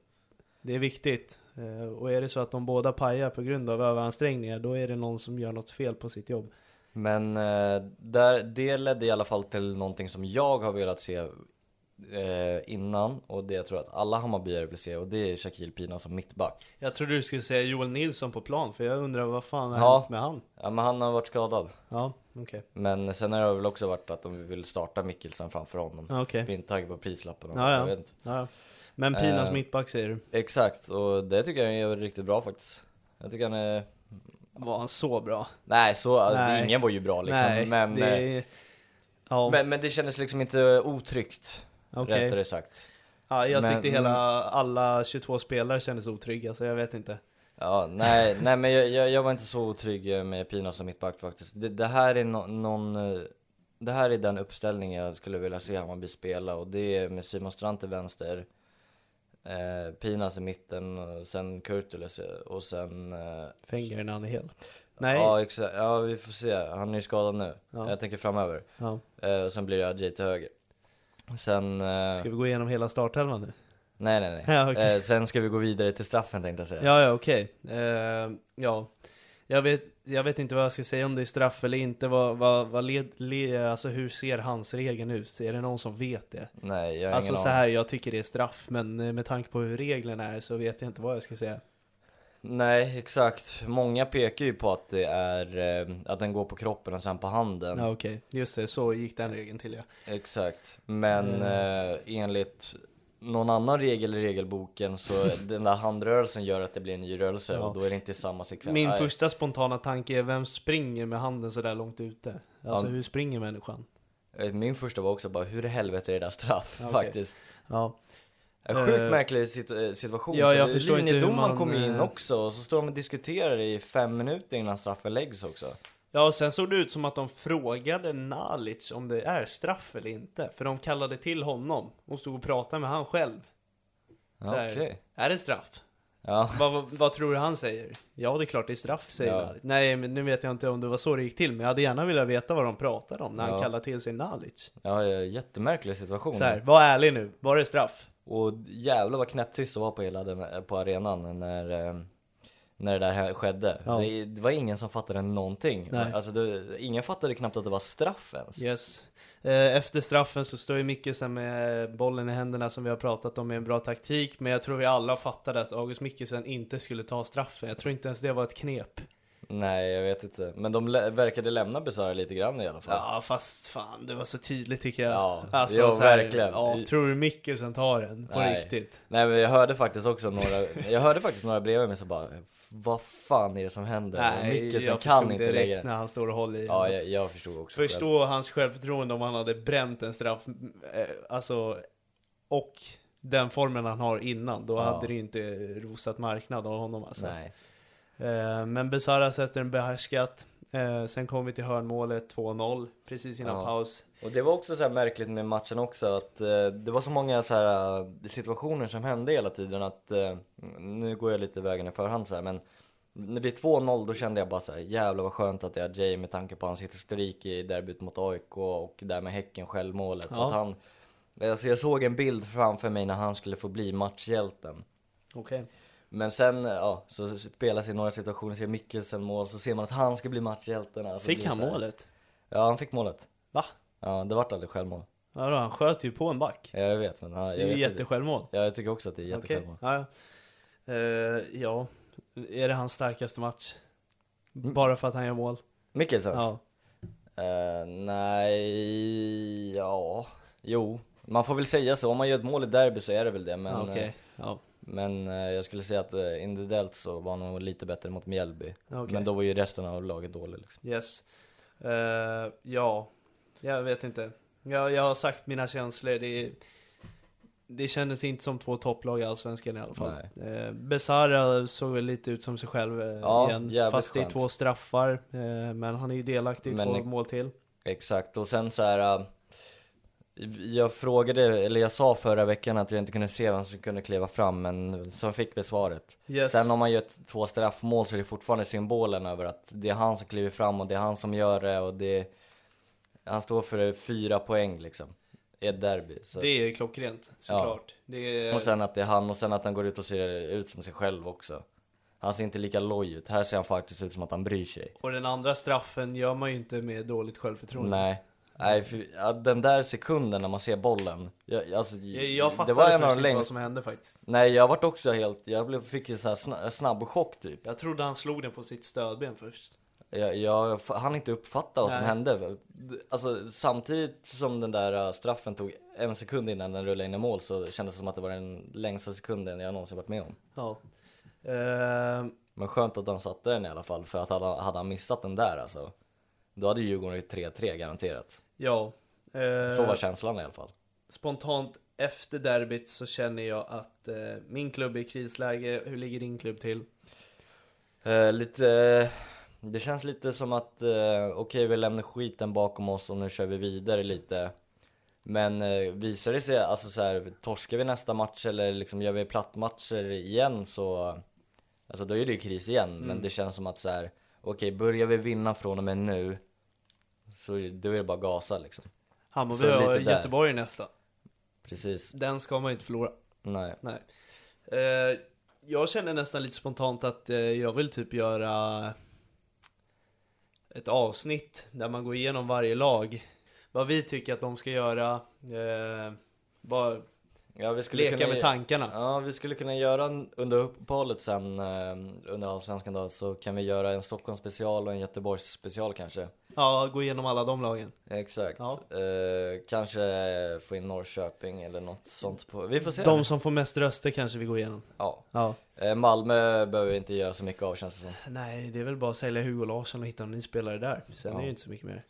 S2: Det är viktigt. Eh, Och är det så att de båda pajar på grund av överansträngningar, då är det någon som gör något fel på sitt jobb.
S3: Men eh, där, det ledde i alla fall till någonting som jag har velat se eh, innan och det jag tror att alla Hammarbyare vill se och det är Shakil Pina som mittback.
S2: Jag trodde du skulle säga Joel Nilsson på plan, för jag undrar vad fan har
S3: Ja.
S2: hänt med han?
S3: Ja men han har varit skadad.
S2: Ja, okej.
S3: Men sen har det väl också varit att de vill starta Mikkelsen framför honom.
S2: Ja, okej.
S3: Med tanke på prislappen. och-
S2: Ja,
S3: jag
S2: ja.
S3: vet inte.
S2: ja, ja. Men Pinas
S3: Eh,
S2: mittback säger du,
S3: Exakt och det tycker jag är riktigt bra faktiskt. Jag tycker han är...
S2: var han så bra?
S3: Nej så,
S2: Nej.
S3: ingen var ju bra liksom.
S2: Nej,
S3: men, eh,
S2: det är... Ja,
S3: Men, men det kändes liksom inte otryggt,
S2: okej.
S3: rättare sagt.
S2: Ja, jag
S3: men-
S2: tyckte hela, alla 22 spelare kändes otrygga, så jag vet inte.
S3: Ja, nej, nej men jag, jag, jag var inte så otrygg med Pina som mittback faktiskt. Det, det här är no, någon eh, det här är den uppställning jag skulle vilja se Hammarby spela och det är med Simon Strand till vänster, eh, Pinas i mitten och sen Kurtulus och sen... Eh,
S2: Fänger när han är hel. Nej.
S3: Ja, exakt. Ja, vi får se. Han är ju skadad nu.
S2: Ja.
S3: Jag tänker framöver.
S2: Ja.
S3: Eh, och sen blir det Adji till höger. Sen... Eh,
S2: Ska vi gå igenom hela startelvan nu?
S3: Nej, nej, nej.
S2: Ja, okej.
S3: eh, sen ska vi gå vidare till straffen tänkte jag säga.
S2: Ja, ja, okej. Eh, ja. Jag vet, jag vet inte vad jag ska säga om det är straff eller inte. Vad, vad, vad led, le, alltså hur ser hans regeln ut? Är det någon som vet det?
S3: Nej, jag har
S2: Alltså
S3: ingen
S2: så
S3: aning.
S2: här, jag tycker det är straff, men eh, med tanke på hur reglerna är så vet jag inte vad jag ska säga.
S3: Nej, exakt. Många pekar ju på att det är eh, att den går på kroppen och sen på handen.
S2: Ja, okej. Just det, så gick den regeln till ja.
S3: Exakt. Men eh, enligt någon annan regel i regelboken så den där handrörelsen gör att det blir en ny rörelse
S2: Ja.
S3: och då är det inte samma sekvens.
S2: Min
S3: Nej.
S2: första spontana tanke är, vem springer med handen så där långt ute? Alltså
S3: Ja.
S2: hur springer människan?
S3: Eh, Min första var också bara hur i helvete är det där straff
S2: Ja, okej.
S3: faktiskt.
S2: Ja,
S3: En sjukt
S2: Eh,
S3: märklig situ- eh, situation.
S2: ja,
S3: för
S2: jag
S3: det-
S2: förstår inte hur
S3: linjedomaren
S2: man,
S3: kommer ju in
S2: eh,
S3: också och så står de och diskuterar i fem minuter innan straffen läggs också.
S2: Ja, och sen såg det ut som att de frågade Nalic om det är straff eller inte. För de kallade till honom och stod och pratade med han själv. Så
S3: Ja,
S2: här,
S3: Okej.
S2: Är det straff?
S3: Ja.
S2: Vad, vad, vad tror du han säger? Ja, det är klart det är straff, säger
S3: Ja.
S2: Nalic. Nej, men nu vet jag inte om det var så det gick till, men jag hade gärna velat veta vad de pratade om när
S3: Ja. Mm.
S2: han kallade till sig Nalic.
S3: ja, ja, jättemärklig situation.
S2: Så här, var ärlig nu, var det straff?
S3: Och jävlar vad knäpptyst det var på hela den, på arenan när, eh, när det där hä- skedde.
S2: Ja.
S3: Det, det var ingen som fattade någonting.
S2: Nej.
S3: Alltså, det, ingen fattade knappt att det var straff ens.
S2: Yes. Eh, Efter straffen så står ju Mikkelsen med bollen i händerna som vi har pratat om är en bra taktik, men jag tror vi alla fattade att August Mikkelsen inte skulle ta straffen. Jag tror inte ens det var ett knep.
S3: Nej, jag vet inte. Men de lä- verkade lämna Besara lite grann i alla fall.
S2: Ja fast fan det var så tydligt tycker jag. Alltså,
S3: Ja, jo,
S2: så här,
S3: verkligen.
S2: Ja, tror du Mikkelsen tar den på
S3: Nej.
S2: riktigt?
S3: Nej men jag hörde faktiskt också några, jag hörde faktiskt några bredvid mig som bara Vad fan är det som händer? Mikkelsen
S2: jag
S3: kan
S2: förstod
S3: inte
S2: direkt
S3: lägga den.
S2: när han står och håller i
S3: Ja,
S2: den.
S3: jag, jag förstod också själv.
S2: Förstå hans självförtroende om han hade bränt en straff, eh, alltså, och den formen han har innan, då
S3: Ja.
S2: hade det ju inte rosat marknad av honom alltså.
S3: Nej.
S2: Eh, Men Besara sätter den behärskat, Eh, sen kom vi till hörnmålet 2-0, precis innan
S3: Ja.
S2: paus.
S3: Och det var också så här märkligt med matchen också att eh, det var så många så här, eh, situationer som hände hela tiden att eh, Nu går jag lite vägen i förhand så här, men när Vid 2-0 då kände jag bara så här, jävlar vad skönt att det är Jay med tanke på hans historik i derbyt mot AIK och där med Häcken självmålet.
S2: Ja.
S3: Att han, alltså jag såg en bild framför mig när han skulle få bli matchhjälten.
S2: Okej.
S3: Men sen, eh, ja, så spelas i några situationer, ser Mikkelsen mål, så ser man att han ska bli matchhjälten. Alltså, det
S2: Fick
S3: blir
S2: han
S3: så här-
S2: målet?
S3: Ja, han fick målet.
S2: Va?
S3: Ja, det vart aldrig självmål.
S2: Ja, då, han sköt ju på en back.
S3: Ja, jag vet, men ja, jag
S2: Det är ju
S3: vet inte.
S2: jättesjälvmål.
S3: Ja, jag tycker också att det är
S2: Okej.
S3: jättesjälvmål.
S2: Ja, ja. Eh, ja, är det hans starkaste match?
S3: Mm.
S2: Bara för att han gör mål?
S3: Mikkelsens?
S2: Ja.
S3: Eh, nej, ja, jo. Man får väl säga så, om man gör ett mål i derby så är det väl det. Men,
S2: Okej.
S3: eh,
S2: Ja.
S3: men eh, jag skulle säga att eh, individuellt så var han nog lite bättre mot Mjällby.
S2: Okej.
S3: Men då var ju resten av laget dåligt liksom.
S2: Yes. Eh, ja, jag vet inte. Jag, jag har sagt mina känslor. Det, det kändes inte som två topplag i Allsvenskan i alla fall. Uh, Besara såg väl lite ut som sig själv eh,
S3: Ja,
S2: igen.
S3: jävligt
S2: Fast det är
S3: skönt.
S2: två straffar. eh, men han är ju delaktig i
S3: Men-
S2: två mål till.
S3: Exakt, och sen så här. äh, Jag frågade, eller jag sa förra veckan att vi inte kunde se vem som kunde kliva fram, men så fick vi svaret.
S2: Yes.
S3: Sen om man gör två straffmål så är det fortfarande symbolen över att det är han som kliver fram och det är han som gör det och det... Han står för fyra poäng liksom, i ett derby. Så.
S2: Det är klockrent såklart. Det är,
S3: Och sen att det är han och sen att han går ut och ser ut som sig själv också. Han ser inte lika loj ut, här ser han faktiskt ut som att han bryr sig.
S2: Och den andra straffen gör man ju inte med dåligt självförtroende.
S3: Nej. Nej, för, ja, den där sekunden när man ser bollen. Jag, alltså,
S2: Jag, jag
S3: det
S2: fattade
S3: var en
S2: faktiskt
S3: av de
S2: inte vad
S3: längst...
S2: som hände faktiskt.
S3: Nej, jag vart också helt... Jag blev, fick en så här snabb, snabb chock typ.
S2: Jag trodde han slog den på sitt stödben först.
S3: Jag, jag hann inte uppfatta vad som
S2: Nej.
S3: hände. Alltså, samtidigt som den där äh, straffen tog en sekund innan den rullade in i mål så kändes det som att det var den längsta sekunden jag någonsin varit med om.
S2: Ja. Ehm,
S3: Men skönt att han satte den i alla fall, för att hade, hade han missat den där alltså, då hade Djurgården gjort 3-3 garanterat.
S2: ja. Ehm,
S3: Så var känslan i alla fall.
S2: spontant efter derbyt så känner jag att eh, min klubb är i krisläge. Hur ligger din klubb till?
S3: Eh, lite eh, Det känns lite som att, eh, okej vi lämnar skiten bakom oss och nu kör vi vidare lite. Men eh, visar det sig, alltså så här, torskar vi nästa match eller liksom gör vi plattmatcher igen så, alltså då är det ju kris igen.
S2: Mm.
S3: Men det känns som att så här, okej börjar vi vinna från och med nu, så då är det bara gasa liksom.
S2: Hammarby
S3: Så lite
S2: och
S3: där.
S2: Göteborg nästa.
S3: Precis,
S2: Den ska man inte förlora.
S3: nej.
S2: Nej. Eh, jag känner nästan lite spontant att eh, jag vill typ göra ett avsnitt där man går igenom varje lag. Vad vi tycker att de ska göra. Eh, bara
S3: Ja, vi skulle
S2: leka
S3: kunna
S2: med
S3: ge-
S2: tankarna.
S3: Ja, vi skulle kunna göra en, under uppehållet sen, eh, under Allsvenskan då, så kan vi göra en Stockholmsspecial och en Göteborgsspecial kanske.
S2: Ja, gå igenom alla de lagen.
S3: Exakt.
S2: Ja.
S3: Eh, kanske få in Norrköping eller något sånt på. Vi får se.
S2: De som får mest röster kanske vi går igenom.
S3: Ja.
S2: Ja.
S3: Eh, Malmö behöver vi inte göra så mycket av känns det som.
S2: Nej, det är väl bara att sälja Hugo Larsson och hitta en ny spelare där. Sen är det ju inte så mycket mer.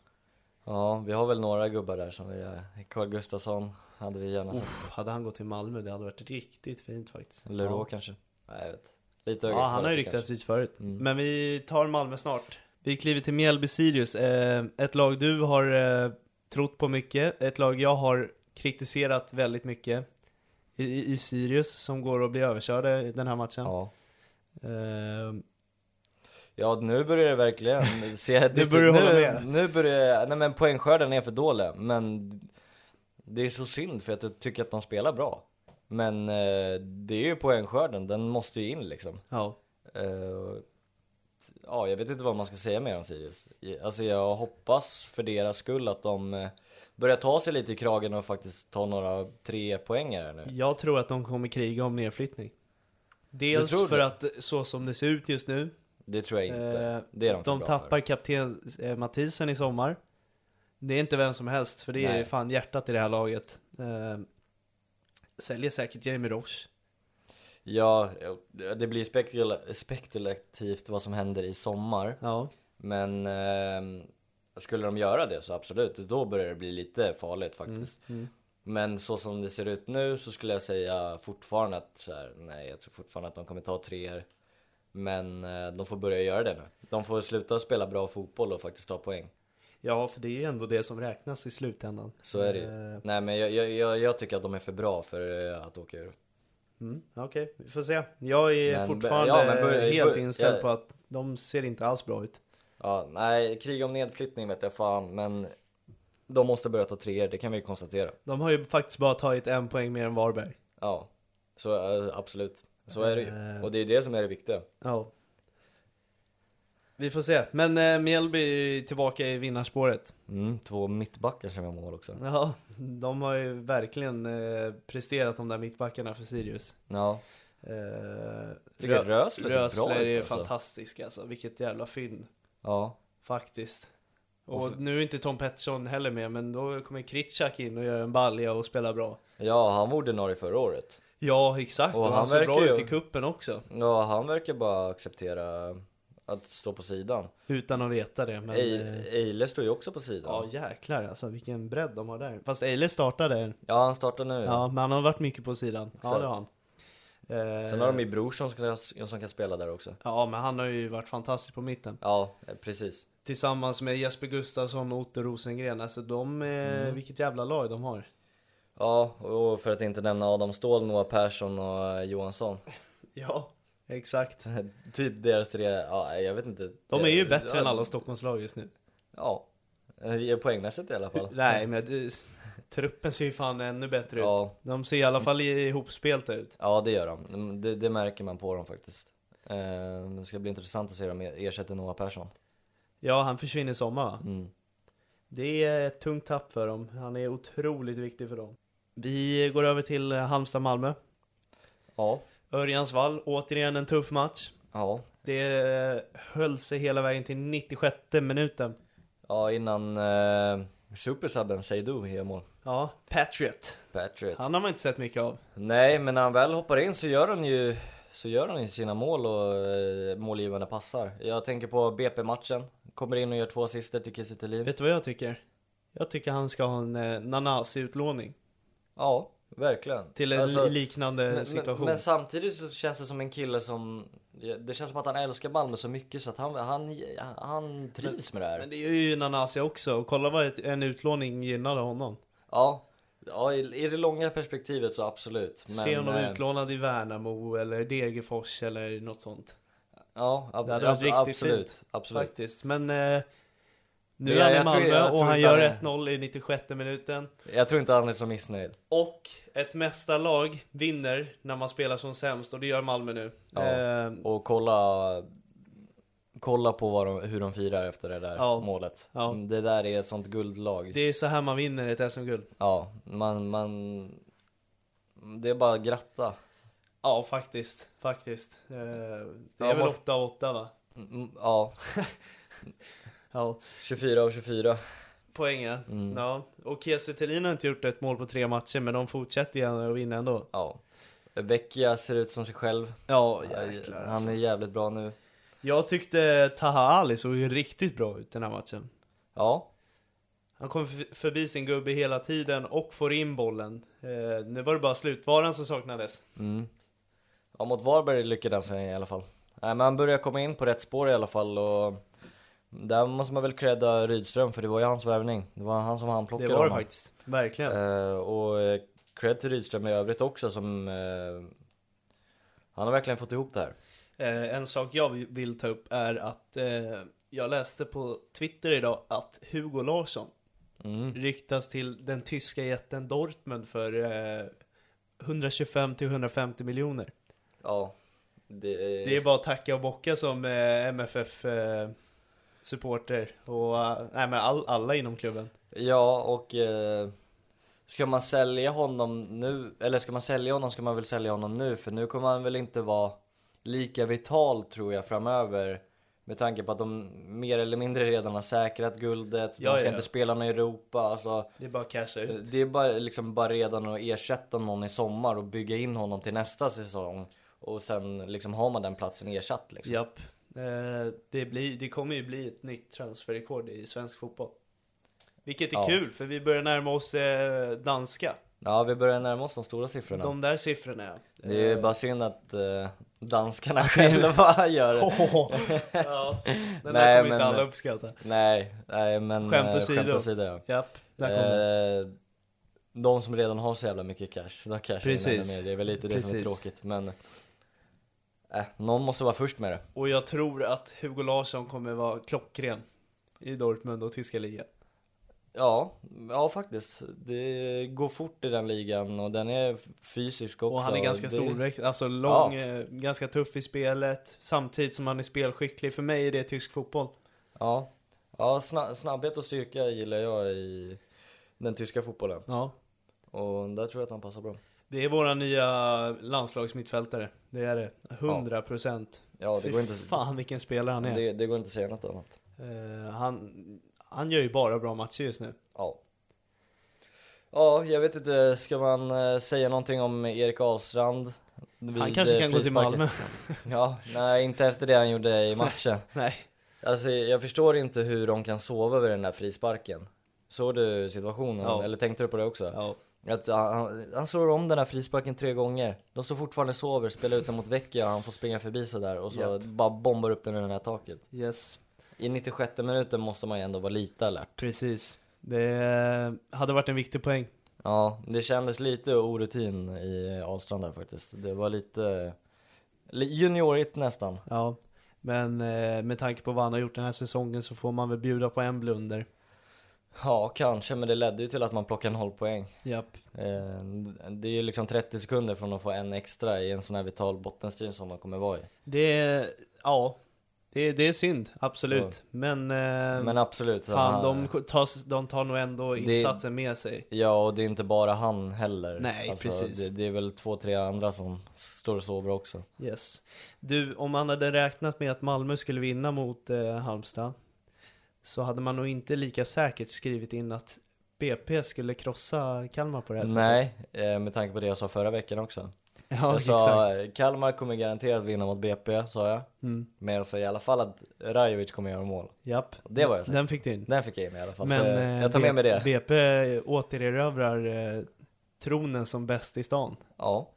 S3: Ja, vi har väl några gubbar där som vi, eh, Carl Gustafsson hade vi gärna sett.
S2: Uff, Alltså, hade han gått till Malmö, det hade varit riktigt fint faktiskt.
S3: Eller Rå
S2: ja.
S3: kanske. Nej, jag vet. Lite högre
S2: ja, han har ju
S3: kvalitet
S2: ryktats
S3: kanske.
S2: dit förut.
S3: Mm.
S2: Men vi tar Malmö snart. Vi kliver till Mjällby Sirius. Eh, ett lag du har eh, trott på mycket, ett lag jag har kritiserat väldigt mycket. I, i- I Sirius som går att bli överkörda i den här matchen.
S3: Ja.
S2: Eh,
S3: Ja, nu börjar det verkligen se...
S2: Nu börjar du hålla
S3: nu,
S2: med.
S3: Nu börjar... Nej men poängskörden är för dålig, men det är så synd för att jag tycker att de spelar bra. Men eh, det är ju poängskörden, den måste ju in liksom.
S2: ja.
S3: Eh, ja, jag vet inte vad man ska säga mer om Sirius. Alltså jag hoppas för deras skull att de eh, börjar ta sig lite i kragen och faktiskt ta några tre poänger här nu.
S2: Jag tror att de kommer kriga om nedflyttning. Dels
S3: Du tror
S2: för
S3: det?
S2: att så som det ser ut just nu,
S3: Det tror jag inte.
S2: Eh,
S3: det är de för
S2: de
S3: bra
S2: tappar
S3: för.
S2: kapten eh, Mathisen i sommar. Det är inte vem som helst, för det är
S3: Nej.
S2: fan hjärtat i det här laget. Eh, säljer säkert Jamie Roche.
S3: Ja, eh, det blir spekula- spekulativt vad som händer i sommar.
S2: Ja.
S3: Men ehm, skulle de göra det så absolut, då börjar det bli lite farligt faktiskt. Men så som det ser ut nu så skulle jag säga fortfarande att så här, nej, jag tror fortfarande att de kommer ta treor. Men eh, de får börja göra det nu. De får sluta spela bra fotboll och faktiskt ta poäng.
S2: ja, för det är ju ändå det som räknas i slutändan.
S3: Så är det ju.
S2: Eh,
S3: Nej men jag, jag, jag, jag tycker att de är för bra för eh, att åka ur.
S2: mm, Okej, vi får se. Jag är
S3: Men bör-
S2: fortfarande
S3: ja, men bör-
S2: eh, helt
S3: bör-
S2: inställd
S3: ja.
S2: på att de ser inte alls bra ut.
S3: Ja, nej, krig om nedflyttning vet jag fan, men de måste börja ta treor, det kan vi ju konstatera.
S2: De har ju faktiskt bara tagit en poäng mer än Varberg.
S3: Ja, så eh, absolut. Så är det ju.
S2: Eh.
S3: Och det är det som är det viktiga.
S2: Ja. Vi får se. Men eh, Mjällby är tillbaka i vinnarspåret.
S3: Mm, två mittbackar som jag mål också.
S2: Ja, de har ju verkligen eh, presterat de där mittbackarna för Sirius.
S3: Ja,
S2: Eh, Rö-
S3: Tycker Rösler ser bra
S2: Rösler
S3: ut,
S2: är
S3: alltså.
S2: fantastisk alltså, vilket jävla fynd
S3: ja.
S2: faktiskt. Och nu är inte Tom Pettersson heller med, men då kommer Kritschak in och gör en balja och spelar bra.
S3: Ja, han var ordinarie förra året.
S2: Ja, exakt. Och,
S3: Och
S2: han,
S3: han
S2: såg bra
S3: verkar ju-
S2: ut i kuppen också.
S3: Ja, han verkar bara acceptera att stå på sidan.
S2: Utan att veta det. Men, eh,
S3: Eil- Eile står ju också på
S2: ja,
S3: sidan.
S2: jäklar alltså, vilken bredd de har där. Fast Eile startade.
S3: Ja, han startar nu.
S2: Ja, men han har varit mycket på sidan. Ja,
S3: Exakt.
S2: det har han. Eh,
S3: Sen har de ju Bror som, ska- som kan spela där också.
S2: Ja, men han har ju varit fantastisk på mitten.
S3: Ja, eh, precis.
S2: Tillsammans med Jesper Gustafsson och Otto Rosengren. Alltså de, eh, vilket jävla lag de har.
S3: Ja, och för att inte nämna Adam Ståhl, Noah Persson och eh, Johansson.
S2: Ja, exakt.
S3: Typ deras tre, ja jag vet inte.
S2: De är ju bättre
S3: Ja,
S2: än alla Stockholmslag just nu.
S3: Ja, Eh, poängmässigt i alla fall.
S2: Nej, men det, truppen ser ju fan ännu bättre ut.
S3: Ja.
S2: De ser i alla fall ihopspelta ut.
S3: Ja det gör de, Mm, det, det märker man på dem faktiskt. Eh, Det ska bli intressant att se hur de ersätter Noah Persson.
S2: Ja, han försvinner i sommar va?
S3: Mm.
S2: Det är ett tungt tapp för dem. Han är otroligt viktig för dem. Vi går över till Halmstad-Malmö.
S3: Ja,
S2: Örjansvall, återigen en tuff match.
S3: ja.
S2: Det eh, höll sig hela vägen till 96 minuten.
S3: ja innan eh, supersubben Seydou gör mål.
S2: Ja, Patriot.
S3: Patriot.
S2: Han har man inte sett mycket av.
S3: Nej men när han väl hoppar in så gör han ju, så gör han ju sina mål och eh, målgivande passar. Jag tänker på BP-matchen, kommer in och gör två assister till Kiese Thelin.
S2: Vet du vad jag tycker? Jag tycker han ska ha en eh, Nanasi-utlåning
S3: Ja, verkligen.
S2: till en
S3: Alltså-
S2: liknande
S3: men, men,
S2: Eh, situation.
S3: men samtidigt så känns det som en kille som Det känns som att han älskar Malmö så mycket så att han, han, han trivs med det här.
S2: Men det gynnar Nasia också, och kolla vad ett- en utlåning gynnade honom.
S3: Ja, ja i, i det långa perspektivet så absolut. Men,
S2: Se honom
S3: eh,
S2: utlånad i Värnamo eller Degerfors eller något sånt.
S3: Ja, ab-
S2: Det hade varit
S3: ab-
S2: riktigt
S3: absolut.
S2: fint.
S3: absolut.
S2: Faktiskt, men eh, nu
S3: Men
S2: är han
S3: jag-
S2: i Malmö
S3: jag tror- jag
S2: och
S3: tror
S2: han
S3: inte
S2: gör
S3: han
S2: 1-0
S3: är-
S2: i 96 minuten.
S3: Jag tror inte han är så missnöjd.
S2: Och ett mästarlag vinner när man spelar som sämst och det gör Malmö nu.
S3: Ja.
S2: Eh,
S3: Och kolla, kolla på vad de, hur de firar efter det där
S2: Ja.
S3: målet.
S2: Ja.
S3: Det där är ett sånt guldlag.
S2: det är så här man vinner ett SM-guld.
S3: Ja, man, man... Det är bara att gratta.
S2: Ja, faktiskt. Faktiskt. Eh, det
S3: Ja,
S2: är väl
S3: måste-
S2: 8-8 va?
S3: Mm, Ja,
S2: Ja.
S3: 24 och 24.
S2: Poängen.
S3: Mm.
S2: Ja. Och Kiese Thelin har inte gjort ett mål på tre matcher, men de fortsätter ju att vinna ändå.
S3: Ja. Vecchia ser ut som sig själv.
S2: Ja, jäklar
S3: Han
S2: alltså.
S3: är jävligt bra nu.
S2: Jag tyckte Taha Ali såg ju riktigt bra ut den här matchen.
S3: Ja,
S2: Han kom f- förbi sin gubbe hela tiden och får in bollen. Eh, nu var det bara slutvaran som saknades.
S3: Mm. Ja, mot Varberg lyckades han i alla fall. Nej, men han börjar komma in på rätt spår i alla fall och där måste man väl credda Rydström för det var ju hans värvning. Det var han som handplockade
S2: Det var det
S3: honom.
S2: faktiskt. Verkligen.
S3: Eh, och eh, cred till Rydström i övrigt också som eh, han har verkligen fått ihop det här.
S2: Eh, en sak jag vi- vill ta upp är att eh, jag läste på Twitter idag att Hugo Larsson
S3: Mm.
S2: ryktas till den tyska jätten Dortmund för eh, 125-150 miljoner.
S3: Ja, det eh, är,
S2: Det är bara att tacka och bocka som eh, MFF eh, supporter och eh, nej, men all, alla inom klubben.
S3: Ja, och eh, ska man sälja honom nu, eller ska man sälja honom ska man väl sälja honom nu för nu kommer han väl inte vara lika vital tror jag framöver med tanke på att de mer eller mindre redan har säkrat guldet,
S2: Ja,
S3: de ska
S2: ja, ja.
S3: inte spela någon i Europa, alltså
S2: Det är bara att casha ut.
S3: det är bara, liksom bara redan att ersätta någon i sommar och bygga in honom till nästa säsong och sen liksom har man den platsen ersatt liksom.
S2: Japp. Eh, det, blir, det kommer ju bli ett nytt transferrekord i svensk fotboll. Vilket är
S3: Ja.
S2: kul för vi börjar närma oss eh, danska.
S3: Ja, vi börjar närma oss de stora siffrorna.
S2: De där siffrorna ja.
S3: Det är ju bara synd att eh, danskarna själva gör det.
S2: ja den där
S3: Nej,
S2: kommer
S3: men- eh,
S2: inte alla uppskatta.
S3: Nej, nej men
S2: Skämt
S3: eh,
S2: åsido.
S3: skämt åsido ja.
S2: Japp, där kommer den.
S3: Eh, de som redan har så jävla mycket cash, de cashar in ännu
S2: Precis.
S3: mer. Det är väl lite det som är
S2: Precis.
S3: tråkigt men eh, någon måste vara först med det.
S2: Och jag tror att Hugo Larsson kommer vara klockren i Dortmund och tyska ligan.
S3: Ja, ja faktiskt. Det går fort i den ligan och den är fysisk också.
S2: Och han är ganska
S3: Det-
S2: storväxt, alltså lång,
S3: Ja.
S2: eh, ganska tuff i spelet, samtidigt som han är spelskicklig. För mig är det tysk fotboll.
S3: Ja, ja sna- snabbhet och styrka gillar jag i den tyska fotbollen.
S2: Ja.
S3: Och där tror jag att han passar bra.
S2: Det är våra nya landslagsmittfältare. Det är det. 100 procent.
S3: Ja, det
S2: Fy
S3: går inte
S2: fan vilken spelare han är.
S3: det, det går inte att säga något annat.
S2: Eh, han, han gör ju bara bra matcher just nu.
S3: Ja. Ja, jag vet inte, ska man eh, säga någonting om Erik Ahlstrand?
S2: Han
S3: vid,
S2: kanske
S3: eh,
S2: kan gå till
S3: frisparken?
S2: Malmö.
S3: Ja, nej inte efter det han gjorde i matchen.
S2: Nej.
S3: Alltså jag förstår inte hur de kan sova över den där frisparken. Såg du situationen?
S2: Ja.
S3: Eller tänkte du på det också?
S2: Ja.
S3: Att han- han, han slår om den här frisparken tre gånger. De står fortfarande och sover, spelar ut den mot Vecchia och han får springa förbi sådär och så
S2: Japp.
S3: bara bombar upp den i det här taket.
S2: Yes.
S3: I 96 minuten måste man ju ändå vara lite alert.
S2: Precis. Det eh, hade varit en viktig poäng.
S3: Ja, det kändes lite orutin i Ahlstrand där faktiskt. Det var lite li- juniorigt nästan.
S2: Ja. Men eh, med tanke på vad han har gjort den här säsongen så får man väl bjuda på en blunder.
S3: Ja, kanske, men det ledde ju till att man plockade noll poäng.
S2: Japp.
S3: Eh, Det är ju liksom 30 sekunder från att få en extra i en sån här vital bottenstrid som man kommer vara i.
S2: Det är, ja. Det är, det är synd, absolut.
S3: Så.
S2: Men, eh,
S3: Men absolut. så
S2: fan,
S3: han-
S2: de, tar, de tar nog ändå
S3: Det-
S2: insatsen med sig.
S3: Ja, och det är inte bara han heller. Alltså,
S2: Nej, precis.
S3: Det, det är väl två, tre andra som står och sover också.
S2: Yes. Du, om man hade räknat med att Malmö skulle vinna mot eh, Halmstad så hade man nog inte lika säkert skrivit in att BP skulle krossa Kalmar på det här sättet.
S3: Nej, eh, med tanke på det jag sa förra veckan också.
S2: ja,
S3: jag sa
S2: exakt.
S3: Kalmar kommer garanterat vinna mot BP, sa jag.
S2: Mm.
S3: Men jag sa i alla fall att Rajovic kommer göra mål.
S2: Japp.
S3: Det var jag säker
S2: Den fick du in.
S3: Den fick jag in i alla fall,
S2: Men
S3: så
S2: eh,
S3: Alltså, jag tar med mig det.
S2: BP återerövrar eh, tronen som bäst i stan.
S3: Ja.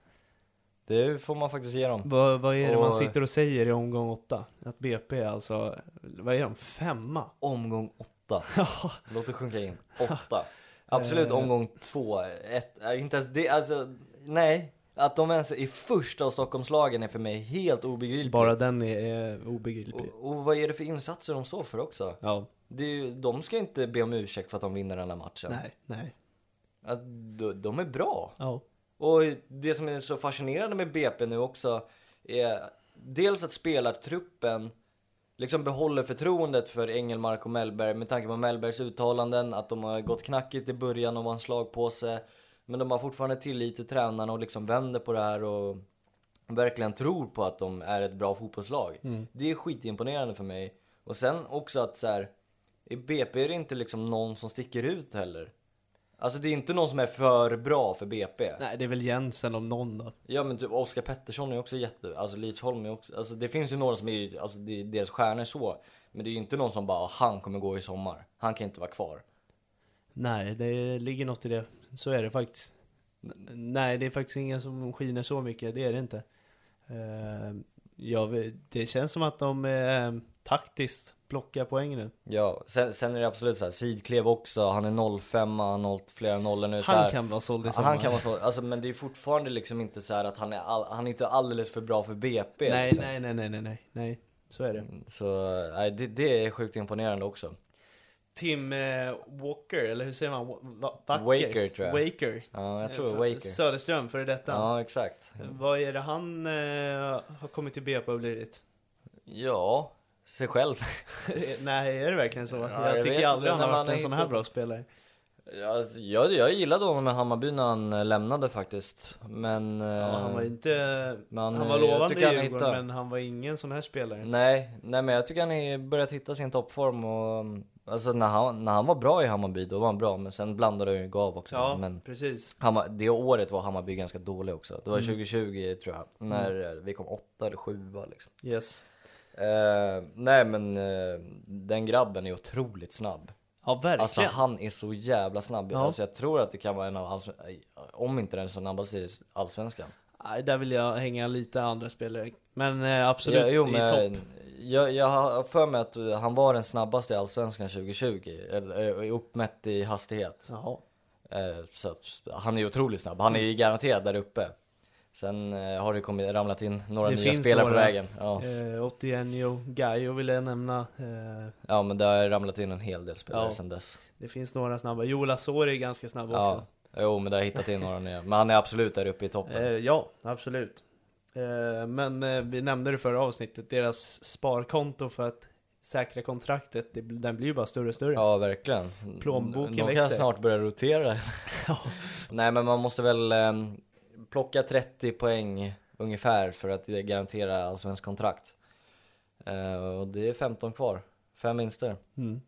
S3: Det får man faktiskt ge dem.
S2: Vad, vad är det man
S3: Och-
S2: sitter och säger i omgång åtta? Att BP är alltså, vad är de, femma?
S3: Omgång åtta. Låt det sjunka in. Åtta. Absolut
S2: Eh.
S3: omgång två. Ett, äh, inte ens det, alltså, nej. Att de ens är första av Stockholmslagen är för mig helt obegripligt.
S2: Bara den är, är obegriplig.
S3: och, och vad är det för insatser de står för också?
S2: Ja,
S3: Det är ju, de ska ju inte be om ursäkt för att de vinner den här matchen.
S2: nej, nej.
S3: Att de, de är bra.
S2: Ja.
S3: Och det som är så fascinerande med BP nu också är dels att spelartruppen liksom behåller förtroendet för Engelmark och Mellberg med tanke på Mellbergs uttalanden, att de har gått knackigt i början och var en slagpåse. Men de har fortfarande tillit till tränarna och liksom vänder på det här och verkligen tror på att de är ett bra fotbollslag. Det är skitimponerande för mig. Och sen också att så här, i BP är det inte liksom någon som sticker ut heller. Alltså det är inte någon som är för bra för BP.
S2: Nej, det är väl Jensen om någon då.
S3: Ja men typ Oskar Pettersson är också jätte, alltså Lidsholm är också, alltså det finns ju några som är ju, alltså det är deras stjärnor så. Men det är ju inte någon som bara, "Ah, han kommer gå i sommar, han kan inte vara kvar.
S2: Nej, det ligger något i det. Så är det faktiskt. N- Nej, det är faktiskt ingen som skiner så mycket, det är det inte. Eh, ja, vi- det känns som att de eh, taktiskt plockar poäng nu.
S3: Ja, sen, sen är det absolut så här, Sidklev också, han är 05 han har hållit flera nollor nu så
S2: Han
S3: här.
S2: kan vara såld i
S3: Ja,
S2: sommar.
S3: han kan vara så, alltså men det är fortfarande liksom inte så här att han är, all, han är inte alldeles för bra för BP
S2: Nej,
S3: liksom.
S2: nej, nej, nej, nej, nej, nej. Så är det.
S3: Så, nej det, det är sjukt imponerande också.
S2: Tim eh, Walker, eller hur säger man? Wa- va- Wacker?
S3: Waker, tror jag.
S2: Waker.
S3: Ja, jag tror
S2: Eh, för-
S3: Waker.
S2: Söderström, före detta.
S3: Ja, exakt.
S2: Vad är det han eh, har kommit till BP och blivit?
S3: Ja, sig själv.
S2: Nej, är det verkligen så?
S3: Ja,
S2: jag,
S3: jag
S2: tycker
S3: vet
S2: aldrig
S3: inte,
S2: han har varit
S3: men han
S2: en
S3: är
S2: sån
S3: inte-
S2: här bra spelare.
S3: Alltså, jag, jag gillade honom med Hammarby när han eh, lämnade faktiskt. Men... eh,
S2: Ja, han var inte...
S3: men han,
S2: han
S3: eh,
S2: var
S3: jag
S2: lovande i
S3: tycker han
S2: Djurgården,
S3: hittar-
S2: men han var ingen sån här spelare.
S3: Nej, nej men jag tycker han är börjat hitta sin toppform och... mm, Alltså när han, när han var bra i Hammarby då var han bra, men sen blandade han ju gav också.
S2: Ja,
S3: Men
S2: precis.
S3: Hammar, det året var Hammarby ganska dålig också. Det var
S2: Mm.
S3: 2020 tror jag, när eh, vi kom åtta eller sjua liksom.
S2: Yes.
S3: Eh, nej men eh, den grabben är otroligt snabb.
S2: Ja, verkligen.
S3: Alltså han är så jävla snabb.
S2: Ja.
S3: Alltså jag tror att det kan vara en av hans, eh, om inte den snabbaste i allsvenskan.
S2: Nej, där vill jag hänga lite andra spelare. Men eh, absolut,
S3: Ja, jo,
S2: i
S3: men
S2: topp.
S3: jag, jag har för mig att eh, han var den snabbaste i Allsvenskan 2020, eller, eh, uppmätt i hastighet.
S2: Jaha.
S3: Eh, Så att han är ju otroligt snabb, han är ju garanterat där uppe. Sen eh, har det kommit, ramlat in några
S2: Det
S3: nya
S2: finns
S3: spelare på
S2: några.
S3: vägen. Ja.
S2: Eh, Otienio, Gaio vill jag nämna. Eh,
S3: ja men det har ramlat in en hel del spelare
S2: Ja.
S3: sen dess.
S2: det finns några snabba. Joel Asori är ganska snabb
S3: Ja.
S2: också.
S3: Jo men det har hittat in några nya, men han är absolut där uppe i toppen.
S2: Eh, ja, absolut. Eh, men eh, vi nämnde det förra avsnittet, deras sparkonto för att säkra kontraktet, det, den blir ju bara större och större.
S3: Ja, verkligen.
S2: Plånboken
S3: De kan
S2: växer.
S3: snart börja rotera. Nej, men man måste väl eh, plocka 30 poäng ungefär för att garantera allsvensk kontrakt. Eh, och det är 15 kvar. Fem vinster.
S2: Mm.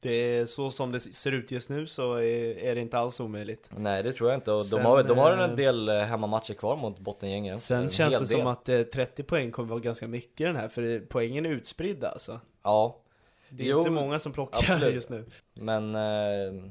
S2: Det är så som det ser ut just nu så är, är det inte alls omöjligt.
S3: Nej, det tror jag inte. Och
S2: Sen,
S3: de, har, de har
S2: eh,
S3: en del eh, hemmamatcher kvar mot bottengängen.
S2: Sen
S3: En
S2: känns
S3: hel
S2: det som
S3: del.
S2: att eh, 30 poäng kommer vara ganska mycket i den här, för det- poängen är utspridda alltså.
S3: Ja,
S2: Det är
S3: Jo,
S2: inte många som plockar
S3: absolut.
S2: just nu.
S3: men... Eh,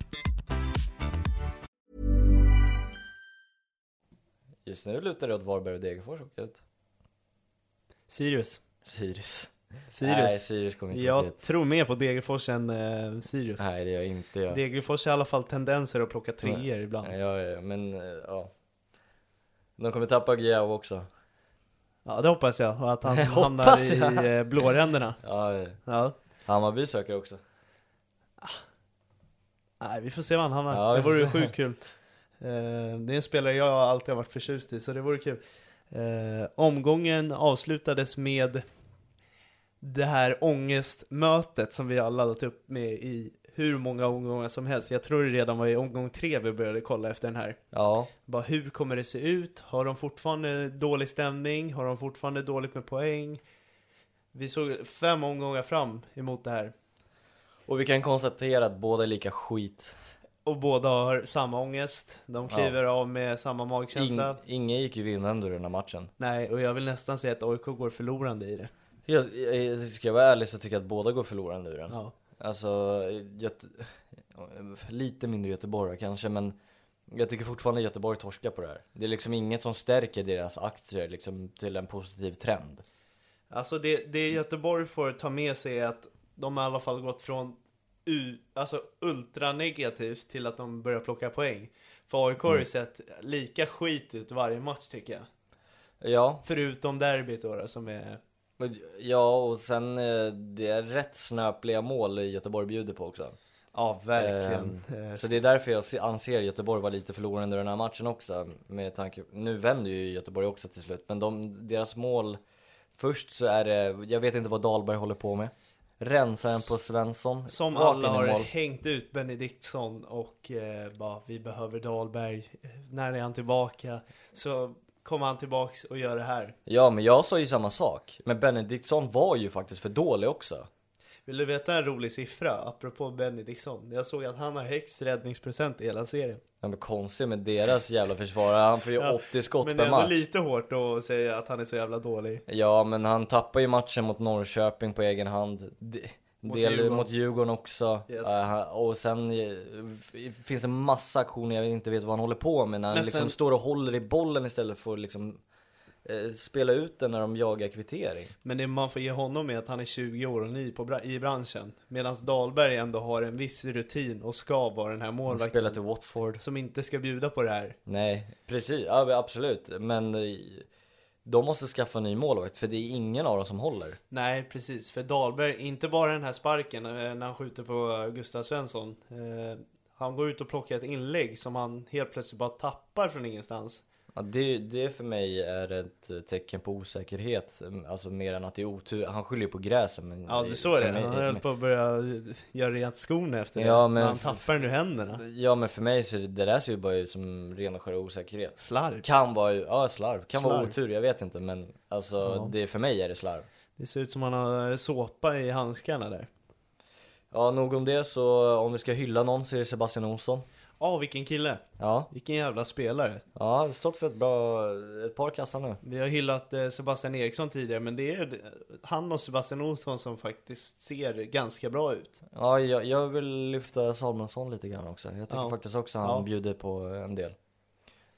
S3: just nu lutar det åt Varberg och Degerfors åker ut.
S2: Sirius.
S3: Sirius.
S2: Sirius.
S3: Nej, Sirius kommer inte åka
S2: jag
S3: ut.
S2: tror mer på Degerfors än eh, Sirius.
S3: Nej, det gör inte jag.
S2: Degerfors har i alla fall tendenser att plocka treor ibland.
S3: Ja, ja, men eh, ja. De kommer tappa Giao också.
S2: Ja, det hoppas jag. Och att han
S3: Hoppas
S2: hamnar
S3: jag.
S2: i eh, blåränderna.
S3: Ja, eh,
S2: Ja.
S3: Hammarby söker också.
S2: Nej, vi får se var han hamnar.
S3: Ja, vi
S2: det
S3: får
S2: vore
S3: se.
S2: sjukt kul. Eh, det är en spelare jag alltid har varit förtjust i, så det vore kul. Eh, omgången avslutades med det här ångestmötet som vi har laddat upp med i hur många omgångar som helst. Jag tror det redan var i omgång tre vi började kolla efter den här.
S3: Ja,
S2: Bara hur kommer det se ut? Har de fortfarande dålig stämning? Har de fortfarande dåligt med poäng? Vi såg fem omgångar fram emot det här.
S3: och vi kan konstatera att båda är lika skit.
S2: Och båda har samma ångest. De kliver av med samma
S3: Ing,
S2: magkänsla.
S3: ingen gick ju vinnande ur den här matchen.
S2: Nej, och jag vill nästan säga att AIK går förlorande i det.
S3: Jag, jag, ska jag vara ärlig så tycker jag att båda går förlorande ur den.
S2: Ja.
S3: Alltså, Göte... lite mindre Göteborg kanske, men jag tycker fortfarande Göteborg torskar på det här. Det är liksom inget som stärker deras aktier liksom, till en positiv trend.
S2: Alltså det, det Göteborg får ta med sig är att de har i alla fall gått från u, alltså ultranegativt till att de börjar plocka poäng. För AIK har ju sett lika skit ut varje match tycker jag.
S3: Ja,
S2: Förutom derbyt då, då som är...
S3: och, ja och sen eh, det är rätt snöpliga mål Göteborg bjuder på också.
S2: Ja, verkligen.
S3: Ehm,
S2: Eh,
S3: Så det är därför jag se- anser Göteborg var lite förlorande i den här matchen också. Med tanke, nu vänder ju Göteborg också till slut, men de, deras mål, först så är det, jag vet inte vad Dahlberg håller på med. Rensaren på Svensson,
S2: Som
S3: rakt
S2: alla
S3: in i
S2: har
S3: mål.
S2: hängt ut Benediktsson och eh, bara vi behöver Dahlberg. Eh, När är han tillbaka? Så kommer han tillbaks och gör det här.
S3: Ja men jag sa ju samma sak, men Benediktsson var ju faktiskt för dålig också.
S2: Vill du veta en rolig siffra apropå Benediktsson? Jag såg att han har högst räddningsprocent i hela serien.
S3: Ja, men konstigt med deras jävla försvarare, han får ju
S2: Ja,
S3: 80 skott
S2: Men det är
S3: per
S2: ändå
S3: match.
S2: lite hårt att säga att han är så jävla dålig.
S3: Ja men han tappar ju matchen mot Norrköping på egen hand. De-
S2: Mot
S3: del,
S2: Djurgården.
S3: Mot Djurgården också.
S2: Yes.
S3: Eh, han- och sen eh, f- finns det en massa aktioner jag inte vet vad han håller på med. När han
S2: Men
S3: liksom
S2: sen-
S3: står och håller i bollen istället för att liksom eh, spela ut den när de jagar kvittering.
S2: Men det man får ge honom är att han är 20 år och ny på bra- i branschen. Medan Dahlberg ändå har en viss rutin och ska vara den här
S3: Han
S2: målvakten.
S3: spelar till Watford.
S2: Som inte ska bjuda på det här.
S3: Nej, precis. Ja, men absolut. Men eh, de måste skaffa en ny målvakt för det är ingen av dem som håller.
S2: Nej, precis. För Dahlberg, inte bara den här sparken eh, när han skjuter på Gustav Svensson. Eh, han går ut och plockar ett inlägg som han helt plötsligt bara tappar från ingenstans.
S3: Ja, det, det för mig är ett eh, tecken på osäkerhet, alltså mer än att det är otur. Han skyller ju på gräset men...
S2: Ja, du såg
S3: för
S2: det.
S3: mig-
S2: Han höll på att börja eh, göra rent skon efter det.
S3: Ja,
S2: Ja,
S3: men-
S2: han tappar den ur händerna.
S3: Ja men för mig så det, det där ser ju bara ut som ren och skär osäkerhet.
S2: Slarv.
S3: Kan vara, ja slarv, kan vara
S2: Slarv.
S3: otur, jag vet inte men alltså det, för mig är det slarv.
S2: Det ser ut som han har eh, såpa i handskarna där.
S3: Ja nog om det så om vi ska hylla någon så är det Sebastian Olsson.
S2: Ja, vilken kille.
S3: Ja,
S2: Vilken jävla spelare.
S3: ja han har stått för ett bra, ett par kassar nu.
S2: Vi har hyllat eh, Sebastian Eriksson tidigare, men det är eh, han och Sebastian Olsson som faktiskt ser ganska bra ut.
S3: Ja jag, jag vill lyfta Samuelsson lite grann också. Jag tycker
S2: Ja.
S3: faktiskt också han
S2: Ja.
S3: bjuder på en del.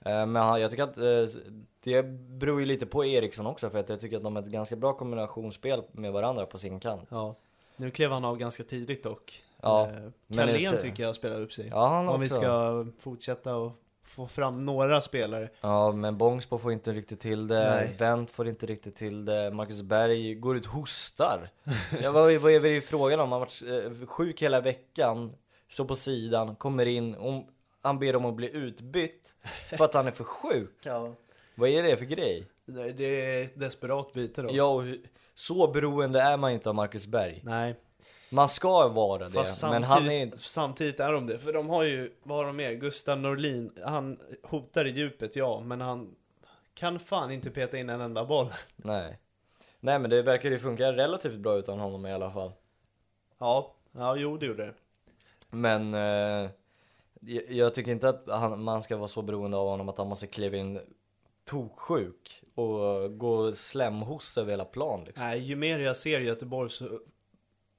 S3: Eh, Men han- jag tycker att eh, det beror ju lite på Eriksson också för att jag tycker att de har ett ganska bra kombinationsspel med varandra på sin kant.
S2: Ja. Nu klev han av ganska tidigt dock.
S3: Ja,
S2: Eh,
S3: men det-
S2: Carlén tycker jag spelar upp sig.
S3: Ja, han
S2: Om vi
S3: också.
S2: ska fortsätta och få fram några spelare.
S3: Ja, men Bångsbo får inte riktigt till det,
S2: Nej.
S3: Wendt får inte riktigt till det, Marcus Berg går ut och hostar. ja, vad, vad är det frågan om? Han har varit eh, sjuk hela veckan, står på sidan, kommer in, och han ber om att bli utbytt för att han är för sjuk.
S2: Ja.
S3: Vad är det för grej?
S2: Det är ett desperat byte då.
S3: Ja, och hur- så beroende är man inte av Marcus Berg.
S2: Nej,
S3: Man ska vara det,
S2: fast
S3: men
S2: samtidigt,
S3: han är inte...
S2: samtidigt är de det. För de har ju, vad har de mer? Gustav Norlin, han hotar i djupet ja, men han kan fan inte peta in en enda boll.
S3: Nej. Nej, men det verkar ju funka relativt bra utan honom i alla fall.
S2: Ja, ja jo det gjorde det.
S3: Men eh, jag, jag tycker inte att han, man ska vara så beroende av honom att han måste kliva in toksjuk och gå slemhost över hela plan liksom.
S2: Nej, ju mer jag ser Göteborg så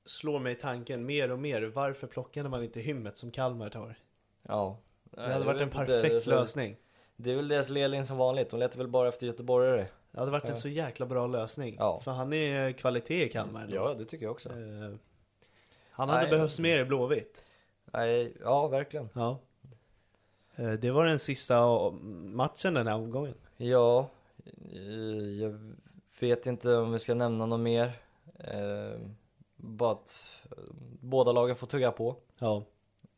S2: slår mig tanken mer och mer varför plockade man inte hymmet som Kalmar tar?
S3: Ja.
S2: Det hade varit en perfekt lösning.
S3: Det är väl deras ledning som vanligt, de letar väl bara efter göteborgare.
S2: Det hade varit en så jäkla bra lösning.
S3: Ja.
S2: För han är eh, kvalitet i Kalmar. ändå.
S3: Ja, det tycker jag också.
S2: Eh, Han hade
S3: Nej.
S2: behövts mer i Blåvitt.
S3: Nej, ja verkligen.
S2: Ja. Eh, Det var den sista eh, matchen den här omgången.
S3: Ja, eh, jag vet inte om vi ska nämna något mer. Eh, bara att eh, båda lagen får tugga på.
S2: Ja.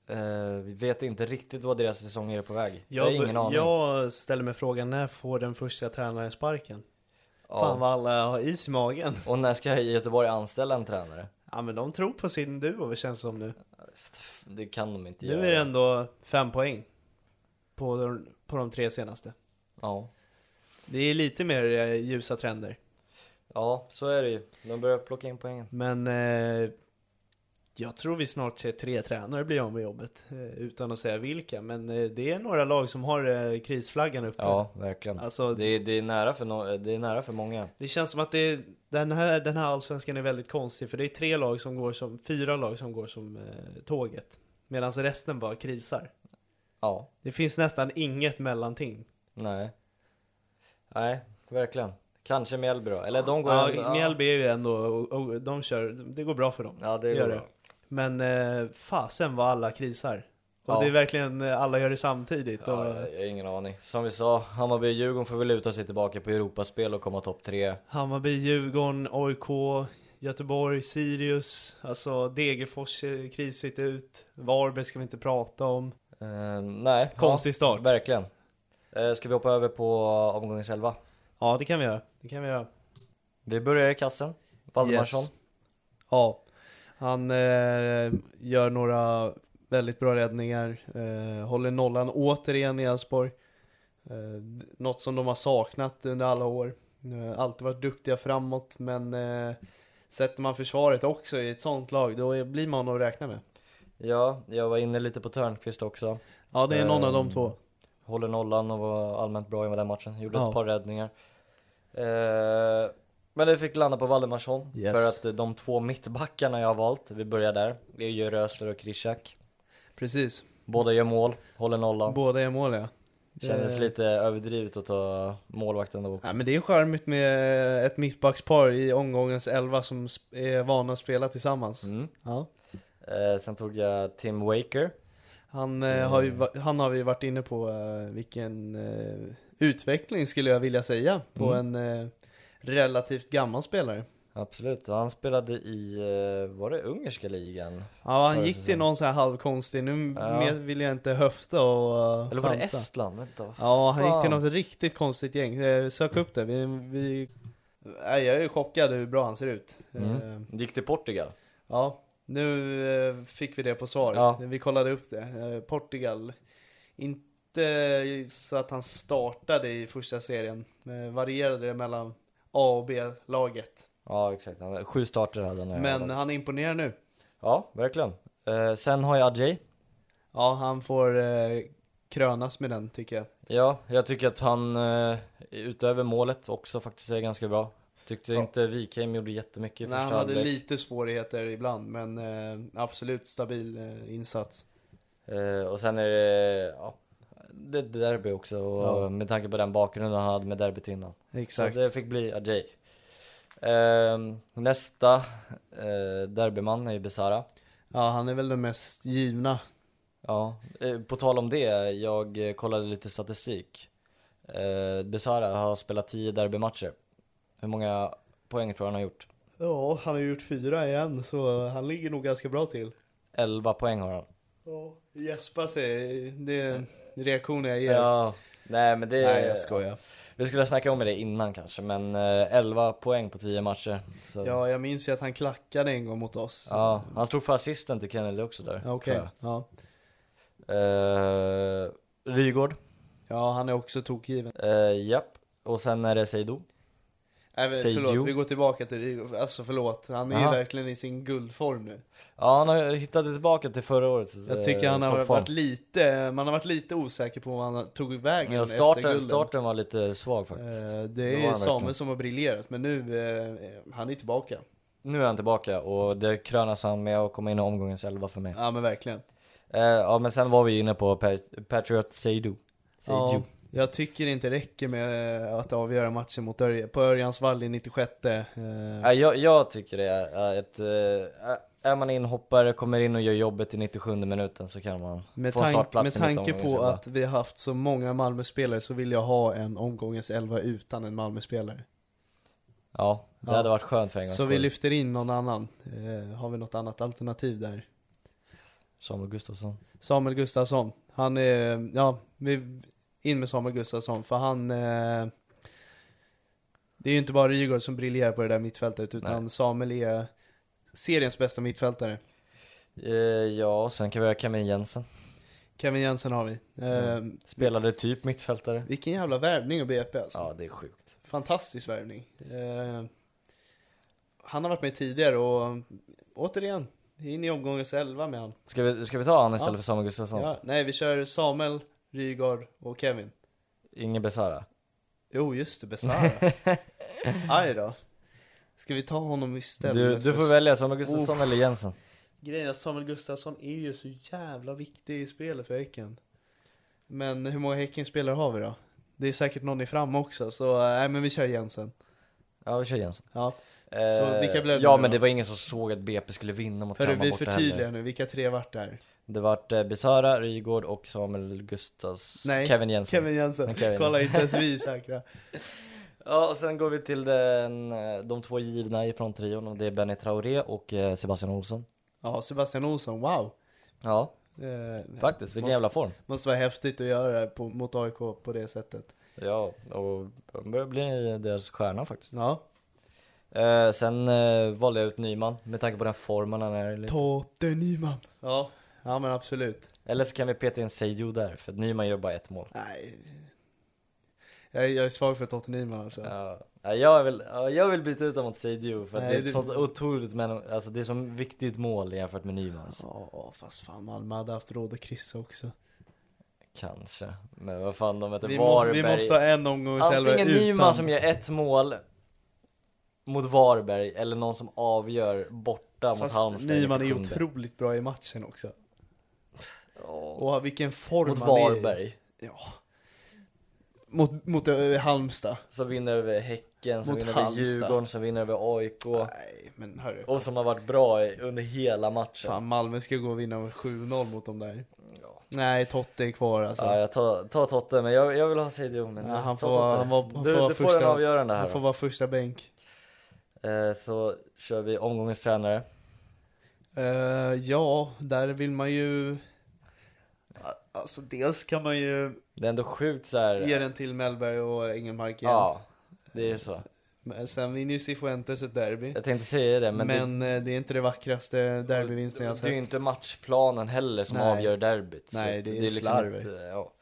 S3: Eh, vi vet inte riktigt vad deras säsonger är på väg. Jag har ingen aning.
S2: jag ställer mig frågan, när får den första tränaren sparken?
S3: Ja.
S2: Fan vad alla har is i magen.
S3: Och när ska Göteborg anställa en tränare?
S2: Ja men de tror på sin duo känns som nu.
S3: Det kan de inte göra.
S2: Nu är det ändå fem poäng. På de, på de tre senaste.
S3: Ja.
S2: Det är lite mer eh, ljusa trender.
S3: ja, så är det ju. De börjar plocka in poängen.
S2: Men eh, jag tror vi snart ser tre tränare bli av med jobbet. Eh, utan att säga vilka. Men eh, det är några lag som har eh, krisflaggan uppe.
S3: Ja, verkligen.
S2: Alltså-
S3: det, är, det, är nära för no- det är nära för många.
S2: Det känns som att det är, den, här, den här allsvenskan är väldigt konstig. För det är tre lag som går som, fyra lag som går som eh, tåget. Medan resten bara krisar.
S3: Ja,
S2: Det finns nästan inget mellanting.
S3: nej. Nej, verkligen. Kanske Mjällby då. Eller de går
S2: Ja,
S3: ändå-
S2: Mjällby är ju ändå, och, och de kör, det går bra för dem.
S3: Ja, det
S2: Gör
S3: gör
S2: det.
S3: det.
S2: Men eh, fasen vad alla krisar. Och
S3: Ja.
S2: det är verkligen, eh, alla gör det samtidigt. Och,
S3: Ja, jag har ingen aning. Som vi sa, Hammarby och Djurgården får väl luta sig tillbaka på Europaspel och komma topp tre.
S2: Hammarby, Djurgården, AIK, Göteborg, Sirius, alltså Degerfors ser krisigt ut. Varberg ska vi inte prata om.
S3: Eh, nej.
S2: Konstig start.
S3: Verkligen. Eh, ska vi hoppa över på omgångens elva?
S2: Ja, det kan vi göra. Det kan vi göra.
S3: Vi börjar i kassen. Valdemarsson.
S2: Yes. Ja, han eh, gör några väldigt bra räddningar, eh, håller nollan återigen i Elfsborg. Eh, d- något som de har saknat under alla år. Eh, alltid varit duktiga framåt, men eh, sätter man försvaret också i ett sånt lag, då är, blir man att räkna med.
S3: Ja, jag var inne lite på Törnqvist också.
S2: Ja, det är någon av de
S3: Ehm,
S2: två.
S3: Håller nollan och var allmänt bra i den matchen. Gjorde
S2: Ja.
S3: ett par räddningar. Eh, men det fick landa på Valdemarsson.
S2: Yes.
S3: För att eh, de två mittbackarna jag har valt, vi börjar där. Det är ju Rösler och Krishak.
S2: Precis,
S3: Båda gör mål, håller nollan.
S2: båda är mål ja. Det-
S3: Kändes lite överdrivet att ta målvakten då.
S2: Ja, men det är charmigt med ett mittbackspar i omgångens elva som sp- är vana att spela tillsammans.
S3: Mm.
S2: Ja.
S3: Eh, sen tog jag Tim Waker.
S2: Han, eh, har ju, va- han har vi varit inne på eh, vilken eh, utveckling skulle jag vilja säga på
S3: Mm.
S2: en eh, relativt gammal spelare.
S3: Absolut, och han spelade i, eh, var det ungerska ligan?
S2: Ja, han
S3: Förra
S2: gick till
S3: säsongen.
S2: någon så här halvkonstig, nu
S3: Ja.
S2: mer vill jag inte höfta och eh,
S3: Eller var det
S2: chansa.
S3: Estland? Vänta, vad
S2: Ja, han gick till
S3: fan.
S2: något riktigt konstigt gäng. Eh, Sök upp det. Vi, vi... Nej, Jag är chockad hur bra han ser ut. Eh,
S3: Mm. Gick till Portugal?
S2: Ja, nu eh, fick vi det på svar.
S3: Ja.
S2: Vi kollade upp det. Eh, Portugal. Inte så att han startade i första serien. Eh, Varierade det mellan A och B-laget.
S3: Ja exakt, Han- sju starter hade han. när jag
S2: Men
S3: var-
S2: han imponerar nu.
S3: Ja, verkligen. Eh, sen har jag Adjei.
S2: Ja, han får eh, krönas med den tycker jag.
S3: Ja, jag tycker att han eh, utöver målet också faktiskt är ganska bra. Tyckte
S2: Ja.
S3: inte Wikheim gjorde jättemycket i
S2: Nej, han
S3: första
S2: hade
S3: halvlek.
S2: lite svårigheter ibland, men eh, absolut stabil eh, insats.
S3: Eh, och sen är det, ja, det är derby också och
S2: Ja.
S3: med tanke på den bakgrunden han hade med derbyt innan.
S2: Exakt.
S3: Så det fick bli Adjei. Ehm, nästa eh, derbyman är ju Besara.
S2: Ja, han är väl den mest givna.
S3: Ja, eh, på tal om det, jag eh, kollade lite statistik. Eh, Besara har spelat 10 derbymatcher. Hur många poäng tror jag han har gjort?
S2: Ja, han har gjort fyra igen, så han ligger nog ganska bra till.
S3: 11 poäng har han.
S2: Ja, gäspa sig. Det är reaktioner jag ger.
S3: Ja, nej men det...
S2: Nej, jag skojar.
S3: Vi skulle snacka om det innan kanske, men eh, 11 poäng på 10 matcher. Så.
S2: Ja, jag minns ju att han klackade en gång mot oss.
S3: Ja, han stod för assisten till Kennedy också där.
S2: Ja, Okej.
S3: tror jag.
S2: Ja.
S3: Eh, Rygaard,
S2: ja, han är också tokgiven.
S3: eh, japp. Och sen är det Seido.
S2: Nej, Äh, men,
S3: Säg jo.
S2: förlåt, vi går tillbaka till Rygaard. Alltså förlåt, han är ju
S3: Aha. Eh,
S2: verkligen i sin guldform nu.
S3: Ja, han har hittat tillbaka till förra årets eh,
S2: Jag tycker han har
S3: toppform.
S2: varit lite, man har varit lite osäker på vad han tog vägen
S3: Ja,
S2: efter
S3: starten,
S2: gulden.
S3: starten var lite svag faktiskt.
S2: Eh, Det
S3: var
S2: är
S3: han
S2: ju Samuel
S3: verkligen.
S2: som har briljerat, men nu, eh, han är tillbaka.
S3: Nu är han tillbaka och det krönas han med att komma in i omgångens elva för mig.
S2: Ja men verkligen.
S3: Eh, ja men sen var vi inne på Pa- Patriot Seydou.
S2: Ja,
S3: Seydou.
S2: jag tycker inte räcker med eh, att avgöra matchen mot Örje, på Örjans vall i 96. eh,
S3: Ja. jag, jag tycker det är eh, ett, eh, är man inhoppare, kommer in och gör jobbet i 97 minuten så kan man
S2: Med,
S3: få
S2: tank,
S3: startplatsen
S2: med
S3: lite
S2: tanke
S3: omgångar
S2: på
S3: senare.
S2: att vi har haft så många Malmö-spelare så vill jag ha en omgångens elva utan en Malmö-spelare.
S3: Ja, det
S2: Ja.
S3: hade varit skönt för en gångs
S2: Så vi
S3: skull.
S2: lyfter in någon annan. Eh, har vi något annat alternativ där?
S3: Samuel Gustafsson.
S2: Samuel Gustafsson. Han är, ja, vi, in med Samuel Gustafsson för han eh, Det är ju inte bara Rygaard som briljerar på det där mittfältet utan
S3: Nej.
S2: Samuel är seriens bästa mittfältare.
S3: Eh, ja, sen kan vi ha Camille Jensen.
S2: Kevin Jensen har vi. Eh,
S3: Spelade typ mittfältare.
S2: Vilken jävla värvning av BP alltså.
S3: Ja, det är sjukt.
S2: Fantastisk värvning. Eh, han har varit med tidigare och återigen, in i omgångens elva med han.
S3: Ska vi, ska vi ta han istället
S2: Ja.
S3: för Samuel Gustafsson?
S2: Ja, nej, vi kör Samuel, Rygaard och Kevin.
S3: Ingen Besara.
S2: Jo, just det, Besara. Aj då. Ska vi ta honom istället?
S3: Du, du
S2: för-
S3: får välja Samuel Gustafsson
S2: Uff.
S3: eller Jensen.
S2: Grejen är att Samuel Gustafsson är ju så jävla viktig i spelet för Häcken. Men hur många Häckenspelare har vi då? Det är säkert någon i fram också, så eh, nej men vi kör Jensen.
S3: Ja, vi kör Jensen.
S2: Ja.
S3: Eh,
S2: Så vilka blev det
S3: Ja,
S2: nu
S3: men
S2: då?
S3: det var ingen som såg att BP skulle vinna mot
S2: För
S3: Kalmar
S2: vi
S3: borta
S2: förtydligar
S3: heller.
S2: nu, vilka tre vart det här?
S3: Det vart eh, Besara, Rygaard och Samuel Gustafsson.
S2: Nej,
S3: Kevin Jensen.
S2: Kevin Jensen,
S3: Kevin
S2: kolla
S3: Jensen.
S2: inte ens vi är säkra.
S3: Ja, och sen går vi till den, eh, de två givna ifrån trion och det är Benny Traoré och eh, Sebastian Olsson.
S2: Ja, Sebastian Olsson, wow.
S3: Ja,
S2: Eh,
S3: faktiskt. Vilken
S2: måste-
S3: jävla form.
S2: Måste vara häftigt att göra det på, mot AIK på det sättet.
S3: Ja, och han börjar bli deras stjärna faktiskt.
S2: Ja.
S3: Eh, sen eh, valde jag ut Nyman med tanke på den formen han är i.
S2: Totte Nyman. Ja, ja men absolut.
S3: Eller så kan vi peta in Seijo där, för att Nyman gör bara ett mål.
S2: Nej. Jag, jag är svag för Totte Nyman alltså.
S3: Ja, ja, jag, vill, ja, jag vill byta ut honom mot Seijo för att
S2: Nej,
S3: det är ett
S2: det-
S3: sånt otroligt men, alltså det är så viktigt mål jämfört med Nyman. Alltså.
S2: Ja, fast fan Malmö hade haft råd att kryssa också.
S3: Kanske, men vad fan de heter
S2: Vi, må, vi
S3: Varberg.
S2: måste ha en omgång själva
S3: Antingen
S2: utan.
S3: Nyman som gör ett mål mot Varberg eller någon som avgör borta mot
S2: Fast
S3: Halmstad. i
S2: Nyman är ju
S3: 97.
S2: otroligt bra i matchen också.
S3: Ja.
S2: Och vilken form
S3: Mot
S2: han är i.
S3: Varberg,
S2: Ja. Mot, mot eh, Halmstad.
S3: som vinner över Häcken, som
S2: Mot
S3: vinner över
S2: Halmstad.
S3: Djurgården, som vinner över AIK.
S2: Nej, men hörru.
S3: Och som har varit bra i- under hela matchen.
S2: Fan, Malmö ska gå och vinna med 7-0 mot dem där. Nej, Totte är kvar alltså.
S3: Ja, jag tar, tar Totte, men jag, jag vill ha Seidio. Men
S2: Ja, han,
S3: ta
S2: får,
S3: Totte.
S2: han, var, han
S3: du,
S2: får vara
S3: du får
S2: första,
S3: den avgörande här
S2: Han får
S3: då.
S2: vara första bänk.
S3: Eh, Så kör vi omgångens tränare.
S2: Eh, ja, där vill man ju... Alltså dels kan man ju
S3: Det är ändå sjukt så här.
S2: ge den till Mellberg och Engelmark igen.
S3: Ja, det är så.
S2: Men Sen vinner ju Cifuentes ett derby.
S3: Jag tänkte säga det, men,
S2: Men,
S3: det-
S2: eh, det är inte det vackraste derbyvinsten jag har
S3: Det är ju
S2: sett.
S3: inte matchplanen heller som
S2: Nej.
S3: avgör derbyt. så
S2: Nej,
S3: att
S2: det är slarv.
S3: liksom inte- ja.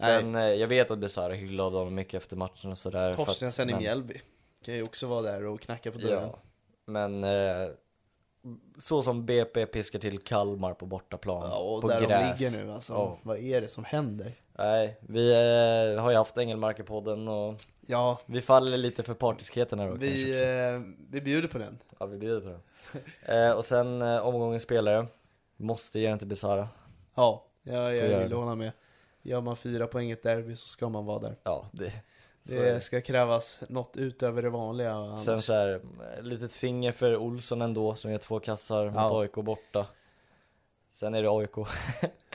S3: Sen, eh, jag vet att Besara hyllade honom mycket efter matchen och sådär. för att-
S2: Torstensen i
S3: men-
S2: Mjällby kan ju också vara där och knacka på dörren.
S3: Ja, men eh, så som BP piskar till Kalmar på bortaplan,
S2: Ja, och
S3: på
S2: där
S3: gräs.
S2: de ligger nu alltså.
S3: Ja.
S2: Vad är det som händer?
S3: Nej, vi eh, har ju haft Engelmark i podden och
S2: Ja,
S3: vi faller lite för partiskheten här då kanske
S2: vi,
S3: också.
S2: eh, vi bjuder på den.
S3: Ja, vi bjuder på den. eh, och sen eh, omgångens spelare, måste ge den till Besara.
S2: Ja, jag,
S3: Får göra
S2: jag vill
S3: det.
S2: hålla med. Gör man fyra poäng i ett derby så ska man vara där.
S3: Ja, det, så är
S2: Det ska krävas något utöver det vanliga. annars-
S3: Sen så här, eh, litet finger för Olsson ändå som gör två kassar mot
S2: Ja.
S3: AIK borta. Sen är det AIK.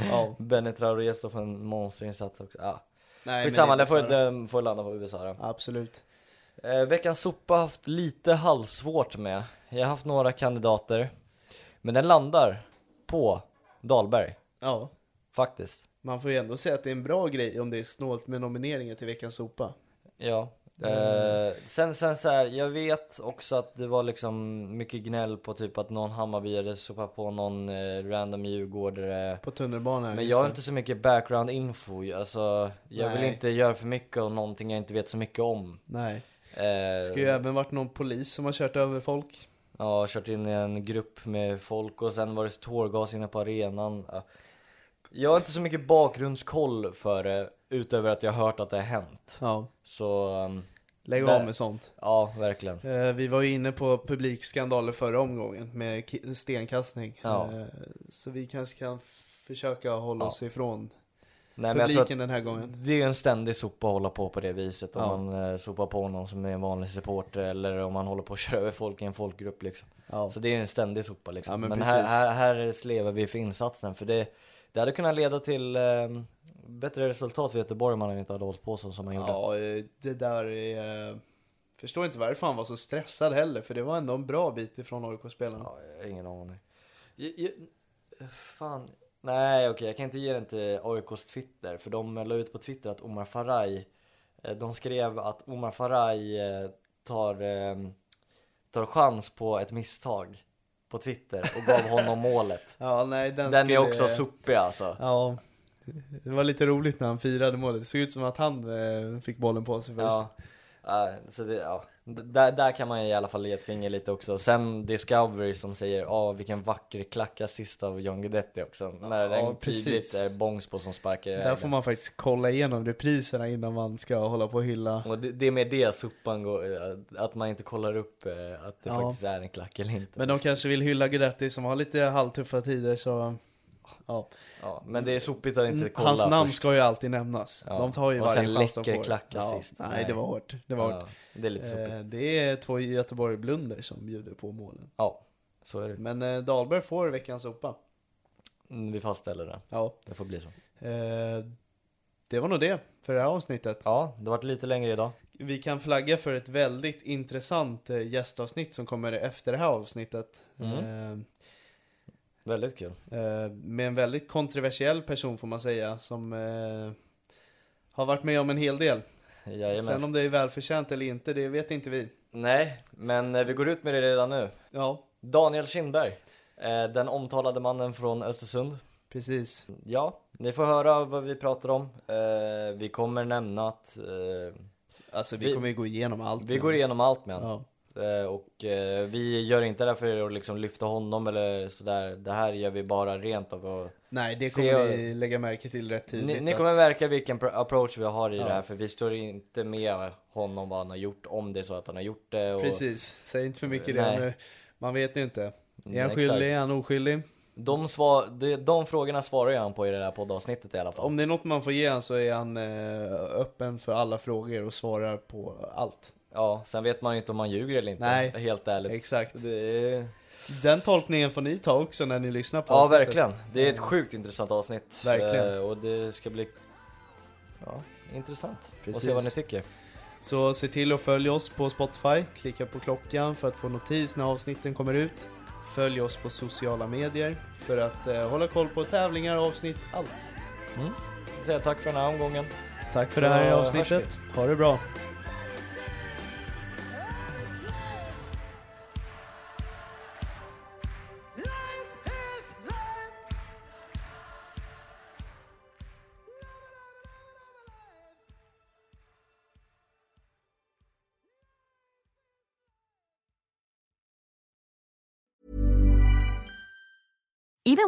S2: ja.
S3: Benny Traoré står för en monsterinsats också. Ja.
S2: Nej,
S3: Skitsamma,
S2: men det
S3: det
S2: är
S3: får,
S2: Besara.
S3: det får landa på Besara.
S2: Absolut.
S3: Eh, veckans sopa har haft lite halvsvårt med. Jag har haft några kandidater. Men den landar på Dahlberg,
S2: Ja,
S3: faktiskt.
S2: man får ju ändå säga att det är en bra grej om det är snålt med nomineringen till veckans sopa.
S3: Ja. Eh, sen, sen så här, jag vet också att det var liksom mycket gnäll på typ att någon Hammarbyare sopade på någon eh, random djurgårdare.
S2: På tunnelbanan.
S3: Men
S2: just
S3: jag har
S2: det.
S3: inte så mycket background info, alltså jag vill
S2: Nej.
S3: inte göra för mycket om någonting jag inte vet så mycket om.
S2: Nej. Det
S3: Eh,
S2: ska ju även varit någon polis som har kört över folk.
S3: Ja, kört in i en grupp med folk och sen var det tårgas inne på arenan. Ja. Jag har inte så mycket bakgrundskoll för det, utöver att jag har hört att det har hänt.
S2: Ja.
S3: Så, ehm,
S2: Lägg
S3: Där.
S2: av med sånt.
S3: ja verkligen.
S2: Eh, Vi var ju inne på publikskandaler förra omgången med ki- stenkastning.
S3: Ja.
S2: Eh, Så vi kanske kan f- försöka hålla
S3: Ja.
S2: oss ifrån
S3: Nej, men jag tror
S2: publiken
S3: att
S2: den här gången.
S3: det är ju en ständig sopa att hålla på på det viset. Om
S2: Ja.
S3: man eh, sopar på någon som är en vanlig supporter eller om man håller på att köra över folk i en folkgrupp liksom.
S2: Ja.
S3: Så det är ju en ständig sopa liksom.
S2: Ja, men
S3: men här,
S2: precis.
S3: här, här slevar vi för insatsen för det, det hade kunnat leda till eh, bättre resultat för Göteborg om man inte hade hållit på så som man gjorde.
S2: Ja, eh, det där är... eh, Förstår inte varför han var så stressad heller, för det var ändå en bra bit ifrån AIK-spelarna.
S3: Ja, jag har Eh, ingen aning. Jag, fan. Nej okej, jag kan inte ge den till AIKs Twitter för de la ut på Twitter att Omar Faraj, eh, de skrev att Omar Faraj eh, tar, eh, tar chans på ett misstag på Twitter och gav honom målet.
S2: Ja, nej, den,
S3: Den är
S2: skulle-
S3: också sopig alltså.
S2: Ja, det var lite roligt när han firade målet. Det såg ut som att han eh, fick bollen på sig först.
S3: Ja. Eh, Så det, ja. D- Där, där kan man i alla fall ge ett finger lite också. Sen Discovery som säger ja vilken vacker klackassist av John Guidetti också. När
S2: Ja,
S3: den
S2: precis.
S3: tydligt är Bångs på som sparkar iväg
S2: Där får
S3: den.
S2: man faktiskt kolla igenom repriserna innan man ska hålla på och hylla.
S3: Och det, det är med det sopan går, eh, att man inte kollar upp eh, att det
S2: Ja.
S3: faktiskt är en klack eller inte.
S2: Men de kanske vill hylla Guidetti som har lite halvtuffa tider så... Ja.
S3: ja, men det är sopigt att inte kolla
S2: Mm, Hans namn
S3: först.
S2: ska ju alltid nämnas.
S3: Ja.
S2: De tar ju
S3: Och
S2: varje
S3: sen
S2: chans de
S3: läcker
S2: får.
S3: klack
S2: Ja.
S3: assist.
S2: Nej,
S3: Nej.
S2: det var hårt. Det var hårt.
S3: ja, Det är lite sopigt.
S2: Eh, det är två Göteborg-blunder som bjuder på målen.
S3: Ja, så är det.
S2: Men eh, Dahlberg får veckans sopa.
S3: Mm, Vi fastställer det.
S2: Ja.
S3: Det får bli så.
S2: Eh, det var nog det för det här avsnittet.
S3: Ja, det har varit lite längre idag.
S2: Vi kan flagga för ett väldigt intressant eh, gästavsnitt som kommer efter det här avsnittet.
S3: Mm.
S2: Eh,
S3: Väldigt kul.
S2: Eh, med en väldigt kontroversiell person får man säga som eh, har varit med om en hel del.
S3: Jajamän.
S2: Sen om det är välförtjänt eller inte, det vet inte vi.
S3: Nej, men eh, vi går ut med det redan nu.
S2: Ja,
S3: Daniel Kindberg, eh, den omtalade mannen från Östersund.
S2: precis.
S3: Ja, ni får höra vad vi pratar om. Eh, Vi kommer nämna att eh,
S2: Alltså vi,
S3: Vi-
S2: kommer ju gå igenom allt.
S3: vi
S2: men-
S3: går igenom allt med honom.
S2: Mm. Ja.
S3: Eh, Och eh, vi gör inte det här för att liksom lyfta honom eller sådär. Det här gör vi bara rent av att...
S2: Nej, det
S3: Se
S2: kommer
S3: och-
S2: ni lägga märke till rätt tidigt.
S3: Ni, ni
S2: att-
S3: kommer märka vilken pro- approach vi har i
S2: Ja.
S3: det här för vi står inte med honom vad han har gjort om det är så att han har gjort det. Och
S2: Precis, säg inte för mycket
S3: Nej.
S2: redan nu. Man vet ju inte. Är
S3: Nej,
S2: han
S3: exakt.
S2: skyldig? Är han oskyldig?
S3: De, svar, de, de frågorna svarar ju han på i det här poddavsnittet i alla fall.
S2: Om det är något man får ge han så är han eh, öppen för alla frågor och svarar på allt.
S3: Ja, sen vet man ju inte om han ljuger eller inte.
S2: Nej.
S3: Helt ärligt.
S2: Exakt.
S3: Det är...
S2: Den tolkningen får ni ta också när ni lyssnar på
S3: Ja,
S2: avsnittet.
S3: verkligen. Det är ett sjukt intressant avsnitt.
S2: Verkligen.
S3: Eh, Och det ska bli ja, intressant och
S2: Precis.
S3: se vad ni tycker.
S2: Så se till att följa oss på Spotify, klicka på klockan för att få notis när avsnitten kommer ut. Följ oss på sociala medier för att eh, hålla koll på tävlingar, avsnitt, allt.
S3: Jag säger tack för den här omgången.
S2: Tack för
S3: Så
S2: det här
S3: hörs vi.
S2: avsnittet. Ha det bra.
S4: Even